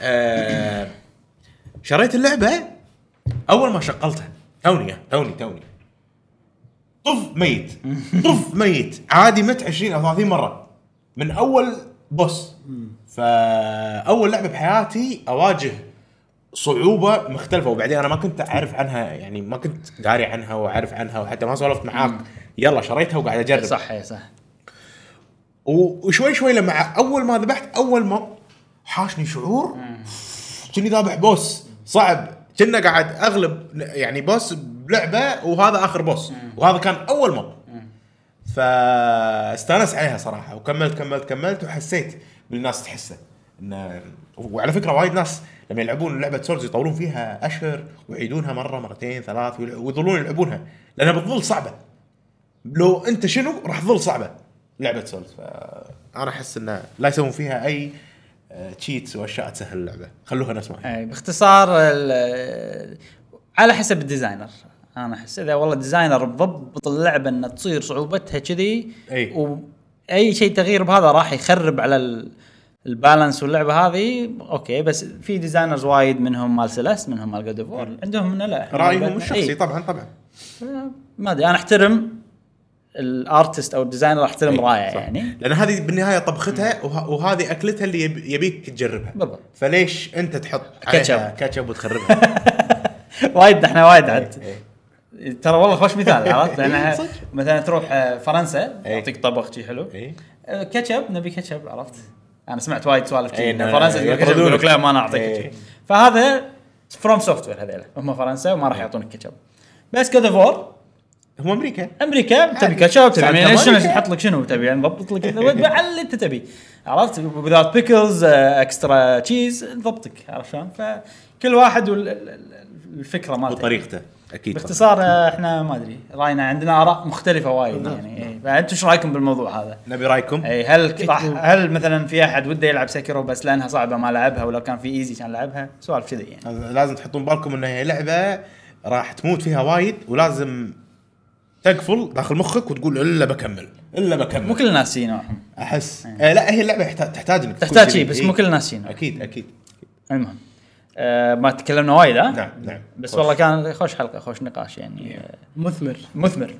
آه، شريت اللعبه اول ما شغلتها توني توني توني طف [laughs] ميت طف ميت عادي مت 20 او 30 مره من اول بوس فاول لعبه بحياتي اواجه صعوبه مختلفه وبعدين انا ما كنت اعرف عنها يعني ما كنت داري عنها واعرف عنها وحتى ما سولفت معاك يلا شريتها وقاعد اجرب صح إيه، صح و- وشوي شوي لما ع- اول ما ذبحت اول ما حاشني شعور كني ذابح بوس صعب كنا قاعد اغلب يعني بوس بلعبه وهذا اخر بوس وهذا كان اول ما فاستانس عليها صراحه وكملت كملت كملت وحسيت بالناس تحسه انه وعلى فكره وايد ناس لما يلعبون لعبه سولز يطولون فيها اشهر ويعيدونها مره مرتين ثلاث ويلع- ويظلون يلعبونها لانها بتظل صعبه لو انت شنو راح تظل صعبه لعبه سولز انا احس انه لا يسوون فيها اي تشيتس واشياء تسهل اللعبه خلوها نفس ما هي اي إيه، باختصار ال- على حسب الديزاينر انا احس اذا والله ديزاينر مضبط اللعبه ان تصير صعوبتها كذي أي. واي شيء تغيير بهذا راح يخرب على ال- البالانس واللعبه هذه اوكي بس في ديزاينرز وايد منهم مال سلس منهم مال جود اوف عندهم انه لا إحنا رايهم عندنا- الشخصي أي. طبعا طبعا ما ادري انا احترم الارتست او الديزاينر احترم إيه، رايه صح. يعني لان هذه بالنهايه طبختها وه- وهذه اكلتها اللي يب- يبيك تجربها بالضبط. فليش انت تحط كاتشب. عليها [laughs] كاتشب وتخربها وايد احنا وايد عد إيه. ترى والله خوش مثال [laughs] عرفت لان صدق. مثلا تروح آه، فرنسا إيه. يعطيك طبخ شي حلو إيه. آه، كاتشب نبي كاتشب عرفت انا سمعت وايد سوالف شي إيه، إن إنه فرنسا تقول كاتشب يقول لك لا ما انا اعطيك إيه. كاتشب فهذا فروم سوفت وير هذيلا هم فرنسا وما راح يعطونك كاتشب بس جود اوف هم امريكا امريكا تبي كاتشب تبي ساعتها يعني ما شنو أدري. نحط لك شنو تبي يعني نضبط لك على اللي انت تبي عرفت وذات بيكلز اكسترا تشيز نضبطك عرفت شلون فكل واحد والفكره مالته وطريقته اكيد باختصار آه، احنا ما ادري راينا عندنا اراء مختلفه وايد نعم، يعني إيه. فانتم ايش رايكم بالموضوع هذا؟ نبي رايكم اي هل راح هل مثلا في احد وده يلعب سكرو بس لانها صعبه ما لعبها ولو كان في ايزي كان لعبها سوالف كذي يعني لازم تحطون بالكم انها هي لعبه راح تموت فيها وايد ولازم تقفل داخل مخك وتقول الا بكمل الا بكمل مو كل الناس في نوعهم احس آه لا هي اللعبه يحتاج تحتاج انك تكون تحتاج كذي. شيء بس إيه. مو كل الناس في نوعهم اكيد اكيد المهم آه ما تكلمنا وايد ها؟ نعم نعم بس خوش. إيه. والله كان خوش حلقه خوش نقاش يعني آه، مثمر مثمر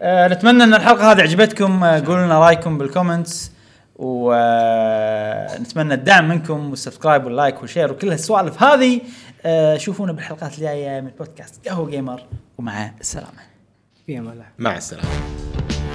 آه، نتمنى ان الحلقه هذه عجبتكم آه، قولوا لنا رايكم بالكومنتس ونتمنى الدعم منكم والسبسكرايب واللايك والشير وكل هالسوالف هذه آه، شوفونا بالحلقات الجايه من بودكاست قهوه جيمر ومع السلامه في امان الله مع السلامه